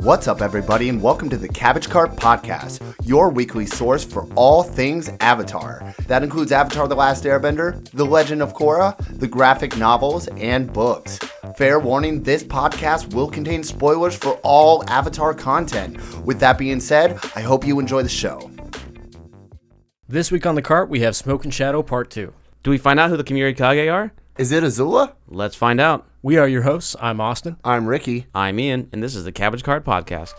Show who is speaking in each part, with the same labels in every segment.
Speaker 1: What's up, everybody, and welcome to the Cabbage Cart Podcast, your weekly source for all things Avatar. That includes Avatar The Last Airbender, The Legend of Korra, the graphic novels, and books. Fair warning this podcast will contain spoilers for all Avatar content. With that being said, I hope you enjoy the show.
Speaker 2: This week on the cart, we have Smoke and Shadow Part 2.
Speaker 3: Do we find out who the Kimuri Kage are?
Speaker 1: Is it Azula?
Speaker 3: Let's find out.
Speaker 2: We are your hosts. I'm Austin.
Speaker 1: I'm Ricky.
Speaker 3: I'm Ian, and this is the Cabbage Card Podcast.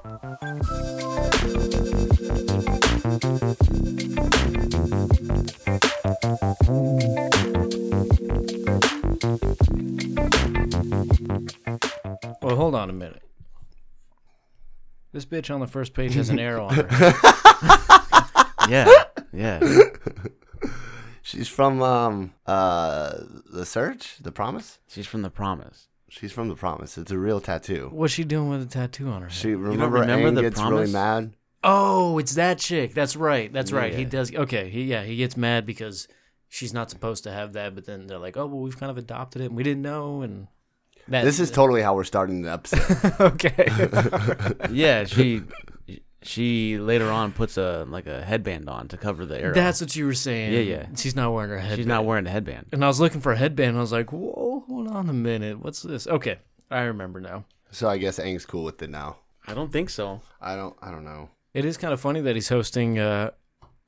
Speaker 2: Well, hold on a minute. This bitch on the first page has an arrow on her.
Speaker 3: Yeah, yeah.
Speaker 1: She's from um uh the Search, the Promise.
Speaker 3: She's from The Promise.
Speaker 1: She's from the Promise. It's a real tattoo.
Speaker 2: What's she doing with a tattoo on her? head?
Speaker 1: She remember,
Speaker 3: remember
Speaker 1: Aang
Speaker 3: the
Speaker 1: gets really
Speaker 3: promise?
Speaker 1: mad.
Speaker 2: Oh, it's that chick. That's right. That's right. He
Speaker 3: Yeah.
Speaker 2: does. Okay. He, yeah, he gets mad because she's not supposed to have that, but then they're like, oh, well, we've kind of adopted it and we didn't know. And that,
Speaker 1: This is totally how we're starting the episode.
Speaker 2: okay.
Speaker 3: Yeah, she she later on puts a like a headband on to cover the arrow.
Speaker 2: That's what you were saying.
Speaker 3: Yeah, yeah.
Speaker 2: She's not wearing her headband.
Speaker 3: She's not wearing a headband.
Speaker 2: And I was looking for a headband. And I was like, whoa, hold on a minute. What's this? Okay. I remember now.
Speaker 1: so I guess Aang's cool with it now.
Speaker 3: I don't think so.
Speaker 1: I don't. I don't know.
Speaker 2: It is kind of funny that he's hosting. Uh,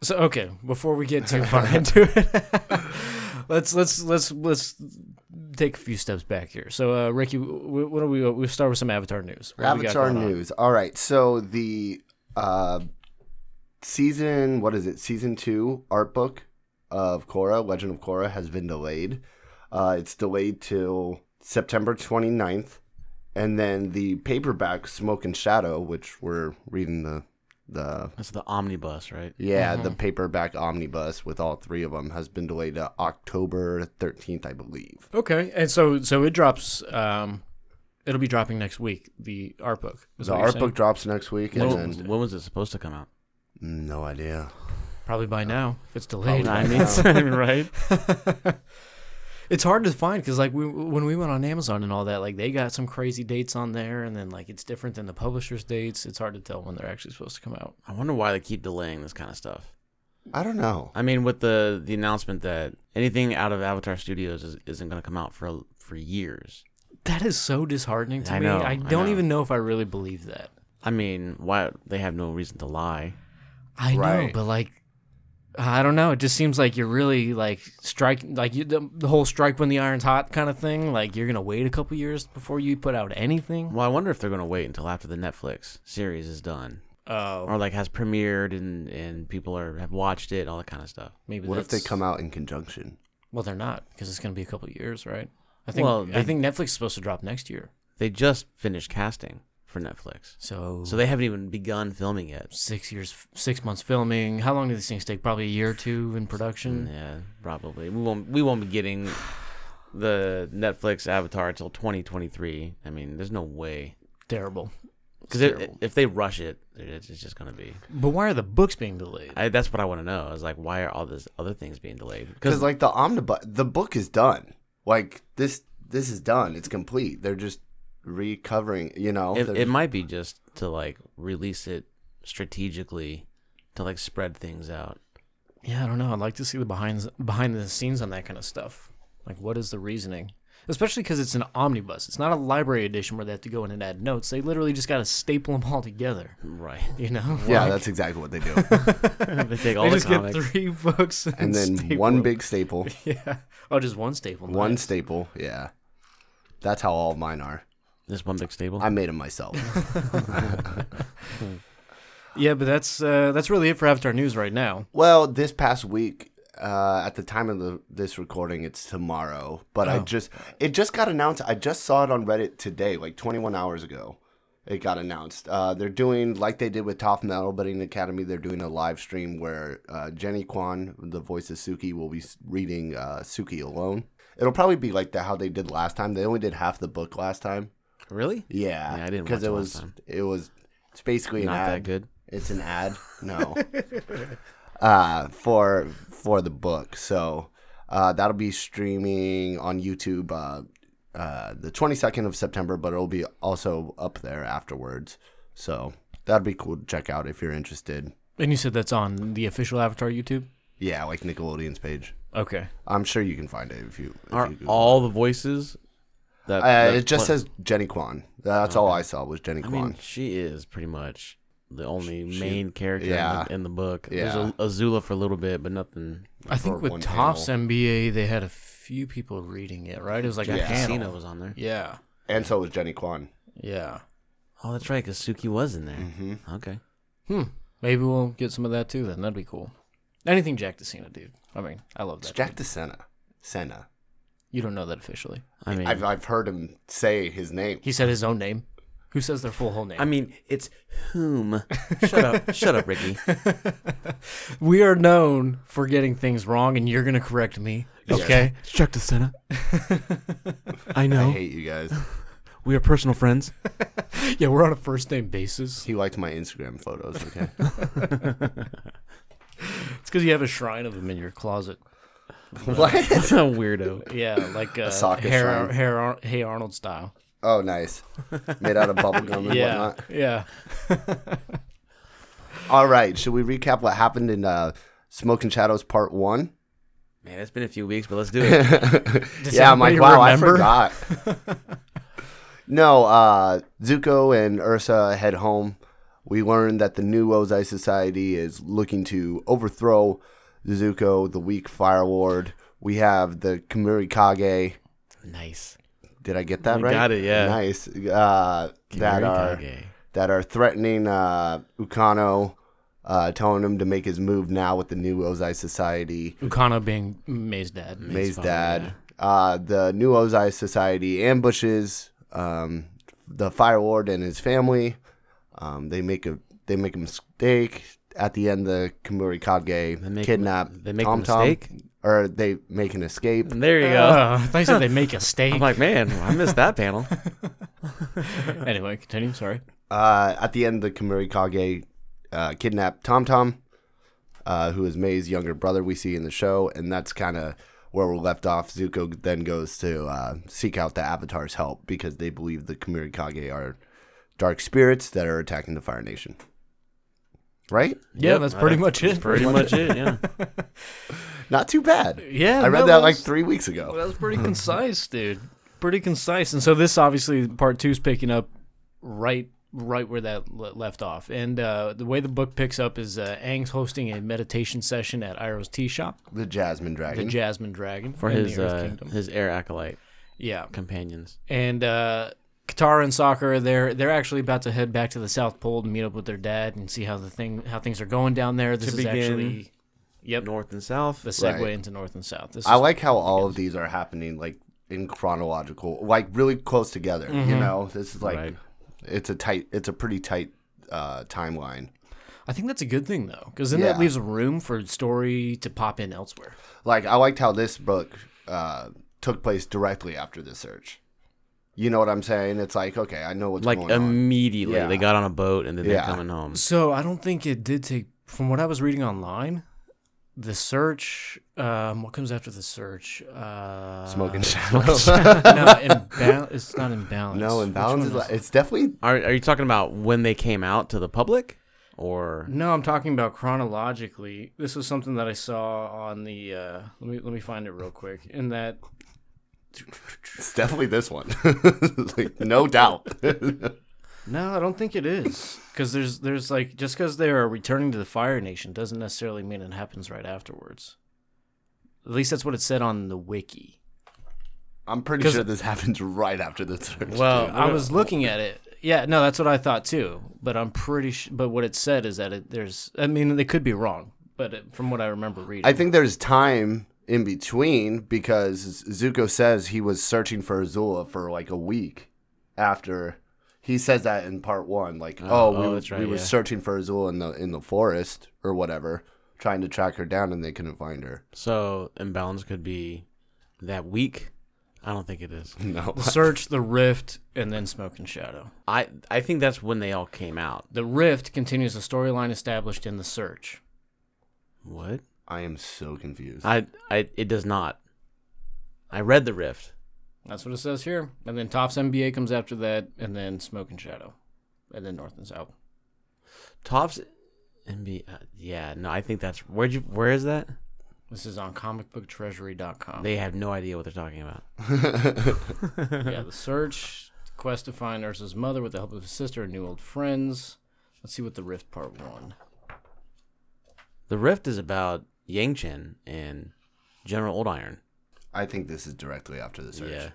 Speaker 2: so okay, before we get too far into it, let's let's let's let's take a few steps back here. So uh, Ricky, w- what do we? We will start with some Avatar news. What do we got
Speaker 1: Avatar
Speaker 2: going on?
Speaker 1: news. All right. So the uh, season. What is it? Season two art book of Korra, Legend of Korra, has been delayed. Uh, it's delayed till September 29th. and then the paperback Smoke and Shadow, which we're reading the the
Speaker 3: That's the omnibus, right?
Speaker 1: Yeah, the paperback omnibus with all three of them has been delayed to October 13th, I believe.
Speaker 2: Okay, and so so it drops. Um, it'll be dropping next week. The art book. is
Speaker 1: The
Speaker 2: what you're
Speaker 1: art book
Speaker 2: saying?
Speaker 1: drops next week. And
Speaker 3: When,
Speaker 1: then,
Speaker 3: when was it supposed to come out?
Speaker 1: no idea.
Speaker 2: probably by now. If it's delayed,
Speaker 3: I mean, right?
Speaker 2: it's hard to find because like we when we went on Amazon and all that, like they got some crazy dates on there, and then like it's different than the publisher's dates. It's hard to tell when they're actually supposed to come out.
Speaker 3: I wonder why they keep delaying this kind of stuff.
Speaker 1: I don't know.
Speaker 3: I mean, with the the announcement that anything out of Avatar Studios is, isn't going to come out for for years.
Speaker 2: That is so disheartening to
Speaker 3: I
Speaker 2: me.
Speaker 3: know,
Speaker 2: I
Speaker 3: I
Speaker 2: don't
Speaker 3: know.
Speaker 2: even know if I really believe that.
Speaker 3: I mean, why they have no reason to lie?
Speaker 2: I know,
Speaker 1: Right.
Speaker 2: but like, I don't know. It just seems like you're really like strike, like you, the, the whole strike when the iron's hot kind of thing. Like you're gonna wait a couple years before you put out anything.
Speaker 3: Well, I wonder if they're going to wait until after the Netflix series is done,
Speaker 2: Oh,
Speaker 3: or like has premiered and and people are have watched it, all that kind of stuff.
Speaker 2: maybe.
Speaker 1: What if they
Speaker 2: that's-
Speaker 1: come out in conjunction?
Speaker 2: Well, they're not because it's gonna be a couple years, right? I think.
Speaker 3: Well,
Speaker 2: I
Speaker 3: they-
Speaker 2: think Netflix is supposed to drop next year.
Speaker 3: They just finished casting for Netflix,
Speaker 2: So,
Speaker 3: so they haven't even begun filming yet.
Speaker 2: six years, six months filming. How long do these things take? Probably a year or two in production.
Speaker 3: Yeah, probably we won't we won't be getting the Netflix Avatar till 2023. I mean, there's no way
Speaker 2: Terrible.
Speaker 3: because if they rush it, it's it's just going to be.
Speaker 2: But why are the books being delayed?
Speaker 3: I, that's what I want to know. Is like, why are all these other things being delayed?
Speaker 1: Because
Speaker 3: Because
Speaker 1: like the omnibus, the book is done. Like this, this is done. It's complete. They're just recovering. You know,
Speaker 3: it,
Speaker 1: They're
Speaker 3: it might be just to like release it strategically to like spread things out.
Speaker 2: Yeah, I don't know. I'd like to see the behind behind the scenes on that kind of stuff. Like, what is the reasoning? Especially because it's an omnibus. It's not a library edition where they have to go in and add notes. They literally just got to staple them all together.
Speaker 3: Right.
Speaker 2: You know?
Speaker 1: yeah,
Speaker 2: Like,
Speaker 1: that's exactly what they do.
Speaker 3: they take all
Speaker 2: they
Speaker 3: the
Speaker 2: just
Speaker 3: comics.
Speaker 2: get three books and,
Speaker 1: and then
Speaker 2: staple
Speaker 1: one
Speaker 2: them.
Speaker 1: big staple,
Speaker 2: Yeah. Oh, just one staple.
Speaker 1: one
Speaker 2: nice.
Speaker 1: staple. Yeah, that's how all mine are.
Speaker 3: This one big stable.
Speaker 1: I made them myself.
Speaker 2: Yeah, but that's uh, that's really it for Avatar News right now.
Speaker 1: Well, this past week, uh, at the time of the, this recording, it's tomorrow. But I just it just got announced. I just saw it on Reddit today, like 21 hours ago. It got announced. Uh, they're doing like they did with Top Metal Budding Academy. They're doing a live stream where uh, Jenny Kwan, the voice of Suki, will be s- reading uh, Suki alone. It'll probably be like the, how they did last time. They only did half the book last time.
Speaker 3: really?
Speaker 1: Yeah,
Speaker 3: Yeah, I didn't watch
Speaker 1: it
Speaker 3: it last
Speaker 1: was
Speaker 3: time.
Speaker 1: it was it's basically an
Speaker 3: Not
Speaker 1: ad.
Speaker 3: that good.
Speaker 1: It's an ad. No. uh, for for the book. So uh, that'll be streaming on YouTube uh, uh, the 22nd of September, but it'll be also up there afterwards. So that'd be cool to check out if you're interested.
Speaker 2: And you said that's on the official Avatar YouTube.
Speaker 1: Yeah, like Nickelodeon's page.
Speaker 2: Okay.
Speaker 1: I'm sure you can find it if you. If
Speaker 3: Are
Speaker 1: you Google
Speaker 3: all the voices? That,
Speaker 1: Uh,
Speaker 3: that
Speaker 1: it just
Speaker 3: play-
Speaker 1: says Jenny Kwan. That's all I saw was Jenny
Speaker 3: I
Speaker 1: Kwan.
Speaker 3: mean, she is pretty much the only main character in
Speaker 1: yeah.
Speaker 3: the- in, the, book.
Speaker 1: Yeah.
Speaker 3: There's a, Azula for a little bit, but nothing.
Speaker 2: I think
Speaker 1: one
Speaker 2: with Topps MBA they had a few people reading it, right? It was like a panel.
Speaker 3: Cena was on there.
Speaker 2: Yeah.
Speaker 1: and so was Jenny Kwan.
Speaker 2: Yeah.
Speaker 3: Oh, that's right, because Suki was in there.
Speaker 1: Mm-hmm.
Speaker 3: Okay.
Speaker 2: Hmm. Maybe we'll get some of that too. Then that'd be cool. Anything Jack DeCena, dude. I mean, I love
Speaker 1: It's
Speaker 2: that.
Speaker 1: Jack DeSena. Senna.
Speaker 2: You don't know that officially.
Speaker 3: I mean,
Speaker 1: I've, I've heard him say his name.
Speaker 2: He said his own name. Who says their full whole name?
Speaker 3: I mean, it's whom? Shut up! Shut up, Ricky.
Speaker 2: we are known for getting things wrong, and you're gonna correct me. Okay.
Speaker 3: Chuck DeSena. I
Speaker 1: I
Speaker 3: know
Speaker 1: hate you guys.
Speaker 3: we are personal friends.
Speaker 2: Yeah, we're on a first name basis.
Speaker 1: He liked my Instagram photos. Okay.
Speaker 2: It's because you have a shrine of him in your closet.
Speaker 1: what?
Speaker 3: That's a weirdo.
Speaker 2: Yeah, like uh,
Speaker 1: Sokka
Speaker 2: hair,
Speaker 1: shrine.
Speaker 2: hair, Ar- Hey Arnold style.
Speaker 1: Oh, nice. Made out of bubble gum and
Speaker 2: yeah,
Speaker 1: whatnot.
Speaker 2: yeah.
Speaker 1: All right. Should we recap what happened in uh, Smoke and Shadows Part 1?
Speaker 3: Man, it's been a few weeks, but let's do it.
Speaker 2: Does
Speaker 1: yeah, I'm like,
Speaker 2: anybody
Speaker 1: wow,
Speaker 2: remember?
Speaker 1: I forgot. no, uh, Zuko and Ursa head home. We learn that the new Ozai Society is looking to overthrow Zuko, the weak Fire Ward. We have the Kamuri Kage.
Speaker 3: nice.
Speaker 1: Did I get that
Speaker 3: You
Speaker 1: right?
Speaker 3: got it, yeah.
Speaker 1: Nice. Uh, that are
Speaker 3: Kamurikage.
Speaker 1: that are threatening uh, Ukano, uh, telling him to make his move now with the new Ozai Society.
Speaker 2: Ukana being May's dad.
Speaker 1: May's
Speaker 3: father,
Speaker 1: dad. Uh, the New Ozai Society ambushes um, the Fire Lord and his family. Um, they make a they make a mistake at the end. The Kamuri Kage
Speaker 3: They make-
Speaker 1: kidnap
Speaker 3: they make a
Speaker 1: Tom Tom,
Speaker 3: mistake?
Speaker 1: or they make an escape.
Speaker 3: There you go.
Speaker 2: Uh, I said they make a
Speaker 3: I'm
Speaker 2: steak.
Speaker 3: like, man, I missed that panel.
Speaker 2: anyway, continue. Sorry.
Speaker 1: Uh, at the end, the Kamuri Kage uh, kidnap Tom Tom, uh, who is May's younger brother. We see in the show, and that's kind of where we're left off. Zuko then goes to uh, seek out the Avatar's help because they believe the Kamuri Kage are dark spirits that are attacking the Fire Nation. Right?
Speaker 2: Yeah,
Speaker 3: Yep,
Speaker 2: that's pretty much
Speaker 3: that's
Speaker 2: it.
Speaker 3: Pretty much it. Yeah.
Speaker 1: Not too bad.
Speaker 2: Yeah,
Speaker 1: I read
Speaker 2: no,
Speaker 1: that like
Speaker 2: that's-
Speaker 1: three weeks
Speaker 2: Well,
Speaker 1: ago.
Speaker 2: that was pretty concise, dude. Pretty concise. And so this obviously part two is picking up right right where that le- left off. And uh, the way the book picks up is uh, Aang's hosting a meditation session at Iroh's tea shop,
Speaker 1: The Jasmine
Speaker 2: the
Speaker 1: Dragon.
Speaker 2: Jasmine Dragon
Speaker 3: For
Speaker 2: in
Speaker 3: his
Speaker 2: the Earth
Speaker 3: uh,
Speaker 2: Kingdom.
Speaker 3: his air acolyte
Speaker 2: Yeah,
Speaker 3: companions.
Speaker 2: and uh, Katara and Sokka they're they're actually about to head back to the South Pole to meet up with their dad and see how the thing how things are going down there. This is
Speaker 3: begin-
Speaker 2: actually yep
Speaker 3: North and South.
Speaker 2: the segue
Speaker 1: Right.
Speaker 2: into North and South. This
Speaker 1: I
Speaker 2: is,
Speaker 1: like how all of these are happening like in chronological, like really close together. You know, this is like
Speaker 3: Right.
Speaker 1: it's a tight, it's a pretty tight uh, timeline.
Speaker 2: I think that's a good thing though, because then
Speaker 1: Yeah.
Speaker 2: that leaves room for story to pop in elsewhere.
Speaker 1: Like I liked how this book uh, took place directly after the search. You know what I'm saying? It's like okay, I know what's
Speaker 3: Like
Speaker 1: going on.
Speaker 3: immediately,
Speaker 1: Yeah.
Speaker 3: they got on a boat and then
Speaker 1: Yeah.
Speaker 3: they're coming home.
Speaker 2: So I don't think it did take. From what I was reading online, the search. Um, what comes after the search? Uh,
Speaker 1: Smoking shadows.
Speaker 2: no, imba- it's not imbalance.
Speaker 1: no,
Speaker 2: Which
Speaker 1: imbalance
Speaker 2: one
Speaker 1: is
Speaker 2: was
Speaker 1: like, it's definitely
Speaker 3: Are Are you talking about when they came out to the public, or
Speaker 2: No, I'm talking about chronologically. This was something that I saw on the. Uh, let me let me find it real quick. In that,
Speaker 1: it's definitely this one, like, no doubt.
Speaker 2: no, I don't think it is because there's there's like just because they are returning to the Fire Nation doesn't necessarily mean it happens right afterwards. At least that's what it said on the wiki.
Speaker 1: I'm pretty
Speaker 2: 'Cause-
Speaker 1: sure this happens right after the search.
Speaker 3: Well,
Speaker 1: too.
Speaker 2: I was looking at it. Yeah, no, that's what I thought too. But I'm pretty. Sh- but what it said is that it, there's. I mean, they could be wrong, but it, from what I remember reading,
Speaker 1: I think there's time in between because Zuko says he was searching for Azula for like a week after he says that in part one, like, oh, we,
Speaker 3: oh,
Speaker 1: were-
Speaker 3: that's right,
Speaker 1: we were
Speaker 3: yeah.
Speaker 1: searching for Azula in the in the forest or whatever, trying to track her down, and they couldn't find her.
Speaker 3: so imbalance could be that week? I don't think it is.
Speaker 1: No,
Speaker 2: the search, the rift, and then smoke and shadow.
Speaker 3: I I think that's when they all came out.
Speaker 2: The rift continues the storyline established in the search.
Speaker 3: What?
Speaker 1: I am so confused.
Speaker 3: I I it does not. I read the rift.
Speaker 2: That's what it says here. And then Topps MBA comes after that, and then Smoke and Shadow, and then North and South.
Speaker 3: Tops NBA. uh, yeah, no, I think that's where'd you where is that?
Speaker 2: This is on
Speaker 1: Oh.
Speaker 2: comicbooktreasury.com.
Speaker 3: They have no idea what they're talking about.
Speaker 2: yeah, the search, quest to find Ursa's mother with the help of his sister and new old friends. Let's see what the rift part one.
Speaker 3: The Rift is about Yang Chen and General Old Iron.
Speaker 1: I think this is directly after the search.
Speaker 3: Yeah.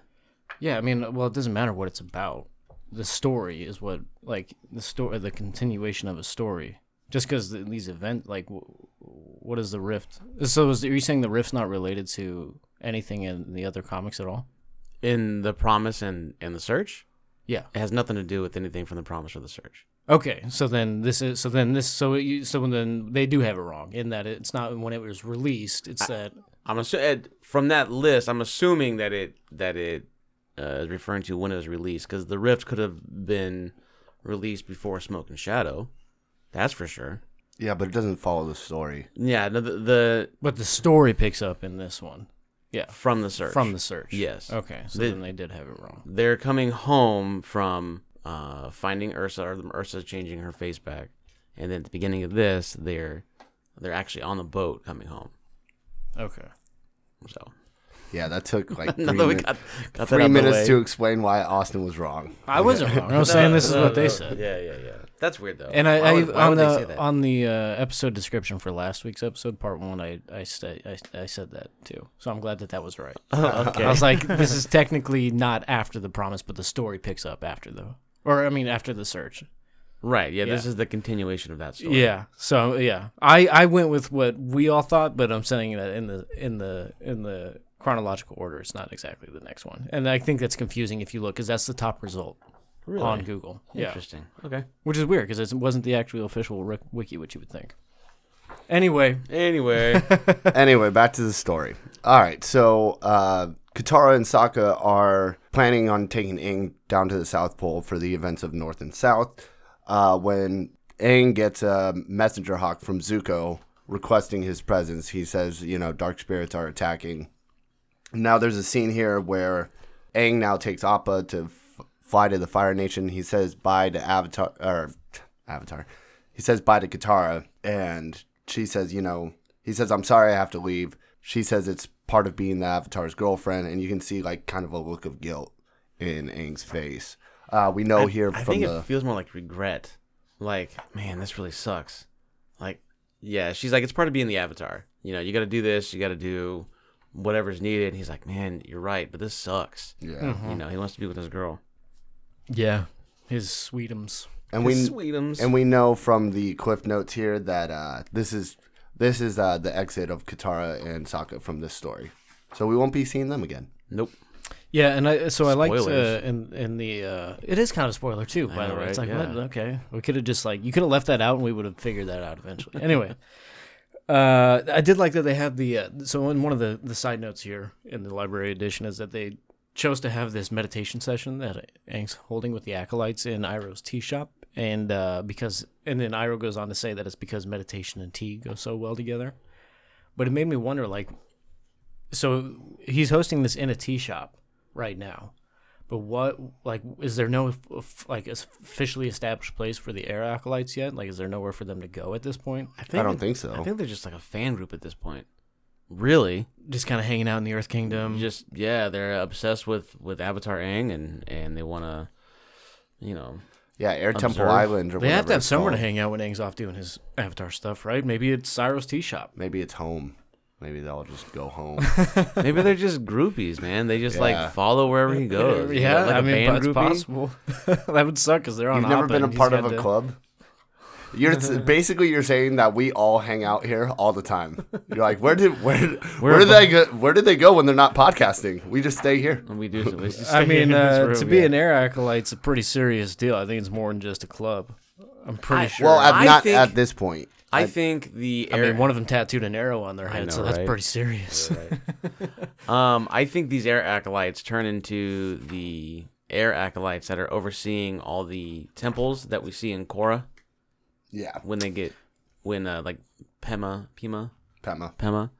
Speaker 2: Yeah, I mean, well, it doesn't matter what it's about. The story is what, like, the story, the continuation of a story. Just because these event, like, w- what is the rift? So, is, are you saying the rift's not related to anything in the other comics at all?
Speaker 3: In the Promise and and the Search,
Speaker 2: Yeah.
Speaker 3: it has nothing to do with anything from the Promise or the Search.
Speaker 2: Okay. So then this is. So then this. So you, so then they do have it wrong in that it's not when it was released. It's that.
Speaker 3: I'm assu- eh, from that list. I'm assuming that it that it uh, is referring to when it was released because the Rift could have been released before Smoke and Shadow. That's for sure.
Speaker 1: Yeah, but it doesn't follow the story.
Speaker 3: Yeah, the, the, the
Speaker 2: But the story picks up in this one. Yeah.
Speaker 3: from the Search
Speaker 2: From the search.
Speaker 3: Yes.
Speaker 2: Okay. So
Speaker 3: The-
Speaker 2: then they did have it wrong.
Speaker 3: they're coming home from uh, finding Ursa, or Ursa changing her face back, and then at the beginning of this, they're they're actually on the boat coming home.
Speaker 2: Okay.
Speaker 3: So
Speaker 1: Yeah, that took like three,
Speaker 3: now that we
Speaker 1: min-
Speaker 3: got, got that out
Speaker 1: three
Speaker 3: of the
Speaker 1: minutes
Speaker 3: way.
Speaker 1: to explain why Austin was wrong.
Speaker 2: I wasn't wrong. I was saying this is
Speaker 3: No,
Speaker 2: what
Speaker 3: no,
Speaker 2: they said.
Speaker 3: Yeah, yeah, yeah. That's weird though.
Speaker 2: And I,
Speaker 3: Why
Speaker 2: I
Speaker 3: would- why
Speaker 2: on
Speaker 3: would they
Speaker 2: the
Speaker 3: say that?
Speaker 2: on the uh, episode description for last week's episode, part one, I I, sta I I said that too. So I'm glad that that was right.
Speaker 3: Oh, okay.
Speaker 2: I was like, this is technically not after the promise, but the story picks up after the, or I mean, after the search.
Speaker 3: right. Yeah, this
Speaker 2: Yeah.
Speaker 3: is the continuation of that story.
Speaker 2: Yeah. So yeah, I I went with what we all thought, but I'm saying that in the in the in the chronological order, it's not exactly the next one, and I think that's confusing if you look, because that's the top result
Speaker 3: Really?
Speaker 2: on Google. Yeah.
Speaker 3: Interesting. Okay.
Speaker 2: Which is weird because it wasn't the actual official ri- wiki, which you would think. Anyway,
Speaker 3: Anyway,
Speaker 1: anyway, back to the story. All right, so uh, Katara and Sokka are planning on taking Aang down to the South Pole for the events of North and South. Uh, when Aang gets a messenger hawk from Zuko requesting his presence, he says, you know, dark spirits are attacking. Now there's a scene here where Aang now takes Appa to f- fly to the Fire Nation. He says bye to Avatar or Avatar. He says bye to Katara, and she says, you know, he says I'm sorry I have to leave. She says it's part of being the Avatar's girlfriend, and you can see like kind of a look of guilt in Aang's face. Uh, we
Speaker 2: Oh,
Speaker 1: know here
Speaker 3: I
Speaker 1: from
Speaker 3: think
Speaker 1: the
Speaker 3: it feels more like regret. Like, man, this really sucks. Like, yeah, she's like, it's part of being the Avatar. You know, you got to do this. You got to do whatever's needed. And he's like, man, you're right, but this sucks.
Speaker 1: yeah,
Speaker 2: Mm.
Speaker 3: You know, he wants to be with his girl.
Speaker 2: yeah, his sweetums.
Speaker 1: and we
Speaker 3: Sweetums.
Speaker 1: And we know from the cliff notes here that uh, this is this is uh, the exit of Katara and Sokka from this story. So we won't be seeing them again.
Speaker 3: nope.
Speaker 2: Yeah, and I so I liked uh,
Speaker 3: Spoilers.
Speaker 2: in in the uh, it is kind of a spoiler too. By the
Speaker 3: know,
Speaker 2: way, it's
Speaker 3: right?
Speaker 2: like
Speaker 3: Yeah.
Speaker 2: what? okay, we could have just like you could have left that out, and we would have figured that out eventually. anyway, uh, I did like that they have the uh, so in one of the the side notes here in the library edition is that they chose to have this meditation session that Aang's holding with the acolytes in Iroh's tea shop, and uh, because and then Iroh goes on to say that it's because meditation and tea go so well together. But it made me wonder, like, so he's hosting this in a tea shop right now but what like is there no f- like officially established place for the air acolytes yet like is there nowhere for them to go at this point
Speaker 1: I don't think so.
Speaker 3: I think they're just like a fan group at this point. Really?
Speaker 2: just kind of hanging out in the earth kingdom
Speaker 3: Just yeah, they're obsessed with with Avatar Aang, and and they want to, you know,
Speaker 1: yeah, Air Temple
Speaker 3: Observe.
Speaker 1: Island or
Speaker 2: they
Speaker 1: whatever
Speaker 2: have to have
Speaker 1: it's
Speaker 2: somewhere to
Speaker 1: called.
Speaker 2: hang out when Aang's off doing his avatar stuff right maybe it's Cyro's tea shop
Speaker 1: Maybe it's home. Maybe they'll just go home.
Speaker 3: Maybe they're just groupies, man. They just
Speaker 1: Yeah.
Speaker 3: like follow wherever he goes. You
Speaker 2: yeah
Speaker 3: got, like
Speaker 2: I
Speaker 3: a
Speaker 2: mean
Speaker 3: band
Speaker 2: but it's
Speaker 3: groupie.
Speaker 2: possible that would suck because they're on
Speaker 1: You've never
Speaker 2: Appa
Speaker 1: been a
Speaker 2: and he's
Speaker 1: part of
Speaker 2: got
Speaker 1: a
Speaker 2: to-
Speaker 1: club. You're basically you're saying that we all hang out here all the time. You're like, where did where where did they go, where did they go when they're not podcasting? We just stay here.
Speaker 3: And we do. so we just
Speaker 2: I
Speaker 3: stay
Speaker 2: mean,
Speaker 3: in this
Speaker 2: uh,
Speaker 3: room,
Speaker 2: to be
Speaker 3: yeah.
Speaker 2: an air acolyte's a pretty serious deal. I think it's more than just a club. I'm pretty
Speaker 3: I-
Speaker 2: sure.
Speaker 1: Well, at,
Speaker 3: I
Speaker 1: not
Speaker 3: think-
Speaker 1: at this point.
Speaker 3: I think the
Speaker 2: I
Speaker 3: air.
Speaker 2: mean, one of them tattooed an arrow on their head,
Speaker 3: know,
Speaker 2: so that's
Speaker 3: right?
Speaker 2: pretty serious.
Speaker 3: um, I think these air acolytes turn into the air acolytes that are overseeing all the temples that we see in Korra
Speaker 1: Yeah,
Speaker 3: when they get when uh, like Pema Pema
Speaker 1: Pema.
Speaker 3: Pema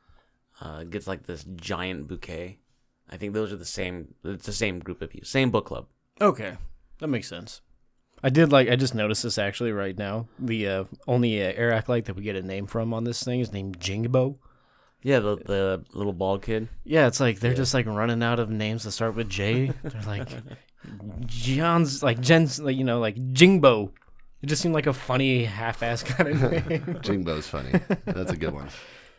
Speaker 3: uh, gets like this giant bouquet. I think those are the same. It's the same group of people, same book club.
Speaker 2: Okay, that makes sense. I did like. I just noticed this actually right now. The uh, only uh, air acolyte that we get a name from on this thing is named Jingbo.
Speaker 3: Yeah, the, the little bald kid.
Speaker 2: Yeah, it's like they're just like running out of names that start with J. they're like John's, like Jen's, like you know, like Jingbo. It just seemed like a funny half-ass kind of name.
Speaker 1: Jingbo's funny. That's a good one.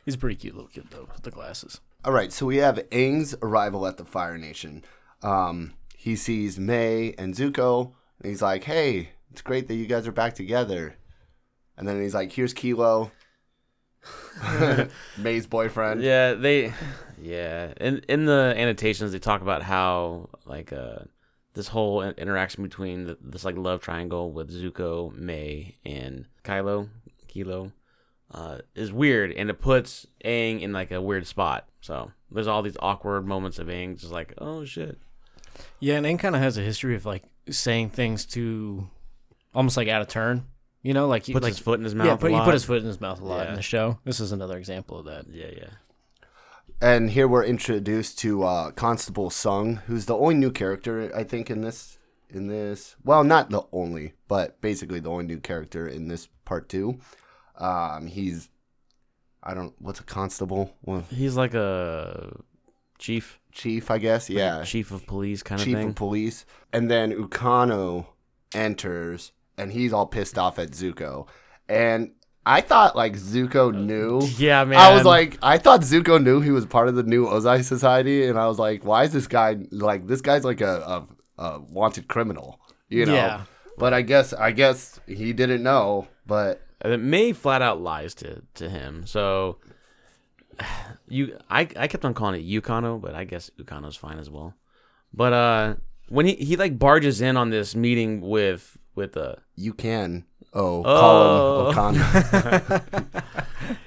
Speaker 2: He's a pretty cute little kid though with the glasses.
Speaker 1: All right, so we have Aang's arrival at the Fire Nation. Um, he sees May and Zuko, and he's like, "Hey, it's great that you guys are back together." And then he's like, "Here's Kilo, May's boyfriend."
Speaker 3: Yeah, they. Yeah, in in the annotations they talk about how like uh this whole in- interaction between the, this like love triangle with Zuko, May, and Kylo, Kilo, uh, is weird, and it puts Aang in like a weird spot. So there's all these awkward moments of Aang just like, oh shit.
Speaker 2: Yeah, and Aang kind of has a history of like saying things to almost like out of turn. You know, like he
Speaker 3: Puts
Speaker 2: like
Speaker 3: his foot in his mouth.
Speaker 2: yeah,
Speaker 3: Yeah,
Speaker 2: put, he put his foot in his mouth a lot in
Speaker 3: Yeah.
Speaker 2: the show. This is another example of that.
Speaker 3: Yeah, yeah.
Speaker 1: And here we're introduced to uh, Constable Sung, who's the only new character I think in this in this. Well, not the only, but basically the only new character in this part two. Um, he's I don't what's a constable well,
Speaker 3: He's like a chief,
Speaker 1: chief, I guess. Yeah,
Speaker 3: chief of police kind
Speaker 1: chief
Speaker 3: of thing.
Speaker 1: of police. And then Ukano enters, and he's all pissed off at Zuko. And I thought like Zuko knew.
Speaker 3: Uh, yeah, man.
Speaker 1: I was like, I thought Zuko knew he was part of the new Ozai Society, and I was like, why is this guy like this guy's like a a, a wanted criminal, you know?
Speaker 2: Yeah.
Speaker 1: But I guess I guess he didn't know, but
Speaker 3: And then uh, May flat out lies to, to him. So you I, I kept on calling it Yukano, but I guess Ukano's fine as well. But uh when he, he like barges in on this meeting with with uh
Speaker 1: you can. Oh, call
Speaker 3: Oh.
Speaker 1: him Okan.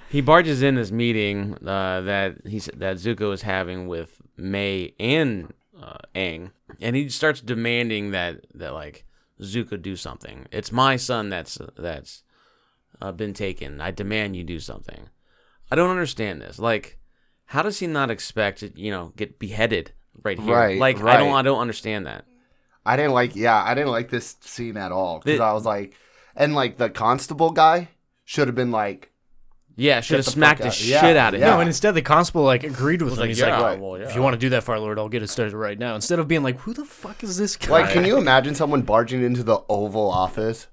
Speaker 3: he barges in this meeting uh, that he s- that Zuko is having with May and uh, Aang, and he starts demanding that that like Zuko do something. It's my son that's that's uh, been taken. I demand you do something. I don't understand this. Like, how does he not expect to you know get beheaded right here?
Speaker 1: Right,
Speaker 3: like I don't
Speaker 1: right.
Speaker 3: I don't understand that.
Speaker 1: I didn't like. Yeah, I didn't like this scene at all because
Speaker 3: The-
Speaker 1: I was like, and like the constable guy should have been like,
Speaker 3: Yeah, should have
Speaker 1: the fuck
Speaker 3: smacked the
Speaker 1: up.
Speaker 3: shit
Speaker 1: Yeah,
Speaker 3: out of
Speaker 1: yeah.
Speaker 2: No,
Speaker 3: him.
Speaker 2: and instead the constable like agreed with him.
Speaker 3: like,
Speaker 2: He's
Speaker 3: yeah,
Speaker 2: like, "Oh,
Speaker 3: well,
Speaker 2: if
Speaker 3: yeah.
Speaker 2: you want to do that, Fire Lord, I'll get it started right now. Instead of being like, who the fuck is this guy?
Speaker 1: like, can you imagine someone barging into the Oval Office?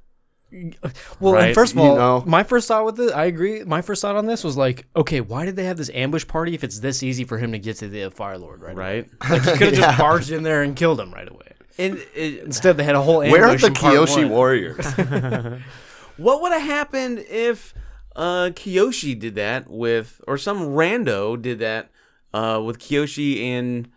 Speaker 2: Well, and
Speaker 3: Right,
Speaker 2: first of
Speaker 1: you
Speaker 2: all,
Speaker 1: know?
Speaker 2: my first thought with it, I agree. My first thought on this was like, okay, why did they have this ambush party if it's this easy for him to get to the Fire Lord right? away?
Speaker 3: Right,
Speaker 2: Like, he could have just barged in there and killed him right away.
Speaker 3: and it,
Speaker 2: Instead, they had a whole ambush.
Speaker 1: Where are the
Speaker 2: in part
Speaker 1: Kyoshi
Speaker 2: one.
Speaker 1: warriors?
Speaker 3: What would have happened if uh, Kiyoshi did that with, or some rando did that uh, with Kiyoshi and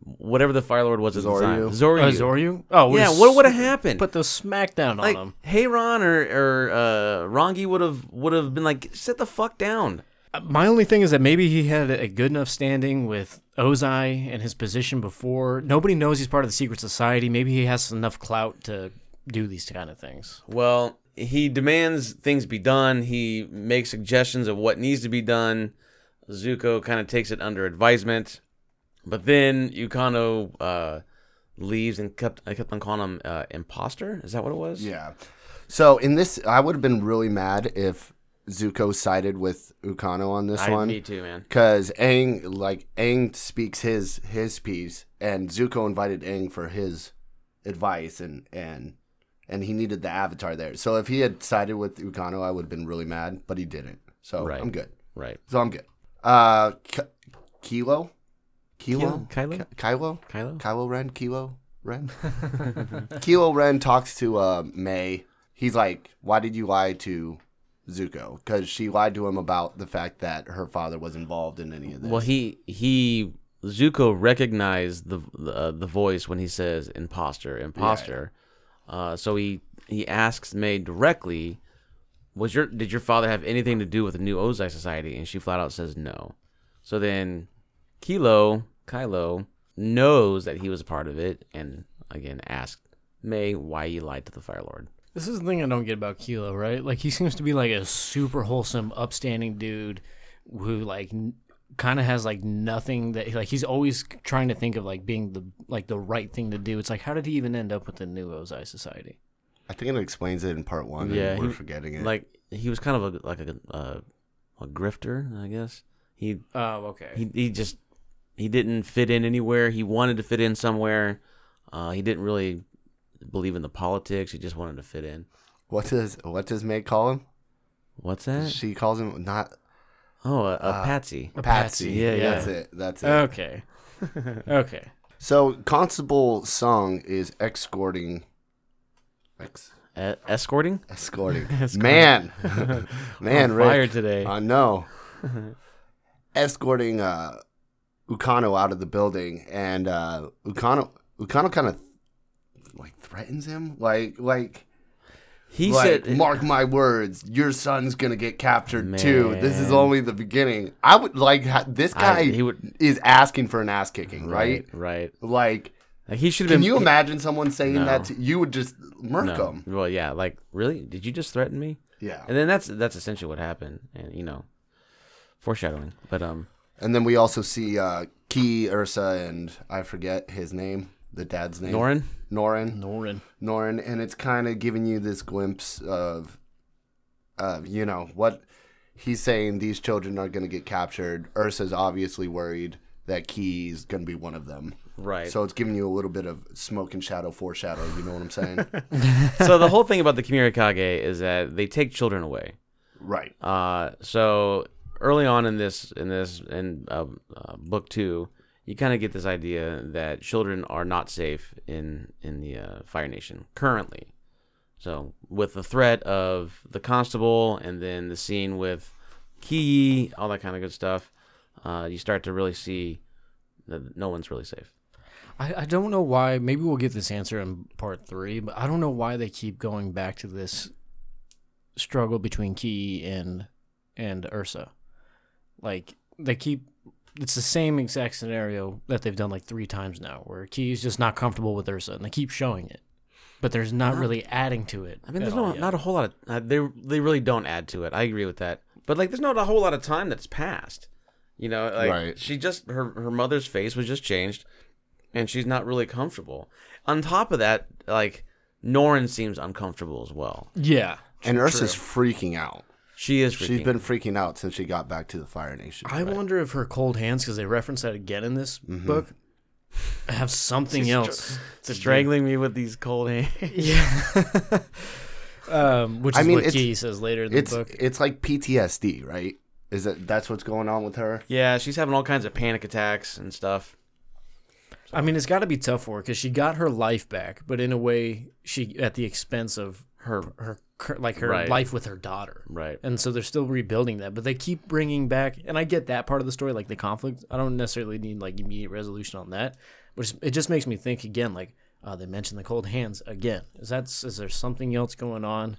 Speaker 3: whatever the Fire Lord was at the
Speaker 1: Zoryu.
Speaker 3: time? Zoryu.
Speaker 2: Uh, Zoryu? Oh,
Speaker 3: Yeah,
Speaker 2: would've
Speaker 3: what would have
Speaker 2: s-
Speaker 3: happened?
Speaker 2: Put the smackdown
Speaker 3: like,
Speaker 2: on him.
Speaker 3: Heyron or, or uh, Rongi would have would have been like, sit the fuck down.
Speaker 2: Uh, My only thing is that maybe he had a good enough standing with Ozai and his position before. Nobody knows he's part of the secret society. Maybe he has enough clout to do these kind of things.
Speaker 3: Well, he demands things be done. He makes suggestions of what needs to be done. Zuko kind of takes it under advisement, but then Yukano uh, leaves and kept I kept on calling him uh, imposter. Is that what it was?
Speaker 1: yeah. So in this, I would have been really mad if Zuko sided with Ukano on this
Speaker 3: I,
Speaker 1: one.
Speaker 3: me too, man.
Speaker 1: Cause Aang, like Aang, speaks his his piece, and Zuko invited Aang for his advice, and and and he needed the Avatar there. So if he had sided with Ukano, I would have been really mad, but he didn't. So
Speaker 3: Right.
Speaker 1: I'm good.
Speaker 3: Right.
Speaker 1: So I'm good. Uh, K- Kilo, Kilo,
Speaker 3: Kylo?
Speaker 1: Ki- Kylo,
Speaker 3: Kylo.
Speaker 1: Kylo Ren, Kilo Ren. Kilo Ren talks to uh, May. He's like, "Why did you lie to Zuko? Because she lied to him about the fact that her father was involved in any of this."
Speaker 3: Well, he he Zuko recognized the the, uh, the voice when he says imposter, imposter. Uh, so he he asks May directly, "Was your did your father have anything to do with the new Ozai Society?" And she flat out says no. So then Kilo Kylo knows that he was a part of it, and again asked May why you lied to the Fire Lord.
Speaker 2: This is the thing I don't get about Kilo, right? Like he seems to be like a super wholesome, upstanding dude who like n- kind of has like nothing that like he's always trying to think of like being the like the right thing to do. It's like how did he even end up with the new Ozai Society?
Speaker 1: I think it explains it in part one.
Speaker 3: Yeah,
Speaker 1: and we're
Speaker 3: he-
Speaker 1: forgetting it.
Speaker 3: Like he was kind of a, like a uh, a grifter, I guess. He
Speaker 2: Oh, okay.
Speaker 3: he he just he didn't fit in anywhere. He wanted to fit in somewhere. Uh, he didn't really believe in the politics. He just wanted to fit in.
Speaker 1: what does what does Meg call him?
Speaker 3: What's that?
Speaker 1: She calls him not
Speaker 3: Oh, a, a
Speaker 1: Uh,
Speaker 3: patsy.
Speaker 2: A
Speaker 1: Patsy.
Speaker 3: Yeah, Uh, yeah.
Speaker 1: That's it. That's it.
Speaker 2: Okay. okay.
Speaker 1: So Constable Song is escorting. Ex-
Speaker 3: E- escorting.
Speaker 1: escorting. Man, man,
Speaker 3: On
Speaker 1: Rick. Uh,
Speaker 3: fire today.
Speaker 1: I know. Escorting uh, Ukano out of the building, and uh, Ukano Ukano kind of like threatens him, like like
Speaker 3: he
Speaker 1: like,
Speaker 3: said.
Speaker 1: "Mark my words, your son's gonna get captured too. This is only the beginning." I would like ha- this guy.
Speaker 3: I- he would-
Speaker 1: is asking for an ass kicking, right?
Speaker 3: Right.
Speaker 1: Like,
Speaker 3: Like, he should have
Speaker 1: can
Speaker 3: been.
Speaker 1: you imagine someone saying
Speaker 3: No.
Speaker 1: that? to You would just murk
Speaker 3: no.
Speaker 1: 'em.
Speaker 3: Well, yeah. Like, really? Did you just threaten me?
Speaker 1: Yeah.
Speaker 3: And then that's that's essentially what happened, and you know, foreshadowing. But um,
Speaker 1: And then we also see uh, Key Ursa and I forget his name, the dad's name,
Speaker 3: Norin,
Speaker 1: Norin.
Speaker 2: Norin.
Speaker 1: Norin, and it's kind of giving you this glimpse of, of you know what he's saying. These children are going to get captured. Ursa's obviously worried that Key's going to be one of them.
Speaker 3: right? So,
Speaker 1: So it's giving you a little bit of smoke and shadow foreshadow. You know what I'm saying?
Speaker 3: the whole thing about the Kimirikage is that they take children away.
Speaker 1: right.
Speaker 3: Uh, so early on in this in this in uh, uh, book two, you kind of get this idea that children are not safe in in the uh, Fire Nation currently. So with the threat of the constable, and then the scene with Key, all that kind of good stuff, uh, you start to really see that no one's really safe.
Speaker 2: I, I don't know why. Maybe we'll get this answer in part three, but I don't know why they keep going back to this struggle between Ki and and Ursa. Like they keep. It's the same exact scenario that they've done like three times now, where Ki is just not comfortable with Ursa, and they keep showing it, but there's not really adding to it.
Speaker 3: I mean,
Speaker 2: at
Speaker 3: there's
Speaker 2: all
Speaker 3: no,
Speaker 2: yet.
Speaker 3: not a whole lot of uh, they they really don't add to it. I agree with that. But like, there's not a whole lot of time that's passed. You know, like
Speaker 1: Right.
Speaker 3: she just her her mother's face was just changed, and she's not really comfortable. On top of that, like Norin seems uncomfortable as well.
Speaker 2: yeah.
Speaker 1: And Ursa's freaking out.
Speaker 3: She is. Freaking,
Speaker 1: She's been freaking out since she got back to the Fire Nation.
Speaker 2: I wonder if her cold hands, because they reference that again in this book, have something else. to do.
Speaker 3: strangling me with these cold hands.
Speaker 2: Yeah. um, which is
Speaker 1: I mean,
Speaker 2: what
Speaker 1: it's-
Speaker 2: Key says later in the
Speaker 1: It's
Speaker 2: book.
Speaker 1: it's like PTSD, right? Is that that's what's going on with her?
Speaker 3: yeah, she's having all kinds of panic attacks and stuff.
Speaker 2: I mean, it's got to be tough for her because she got her life back, but in a way, she at the expense of her her cur- like her
Speaker 3: Right.
Speaker 2: life with her daughter.
Speaker 3: Right.
Speaker 2: And so they're still rebuilding that, but they keep bringing back. And I get that part of the story, like the conflict. I don't necessarily need like immediate resolution on that, but it's- it just makes me think again. Like uh, they mentioned the cold hands again. Is that is there something else going on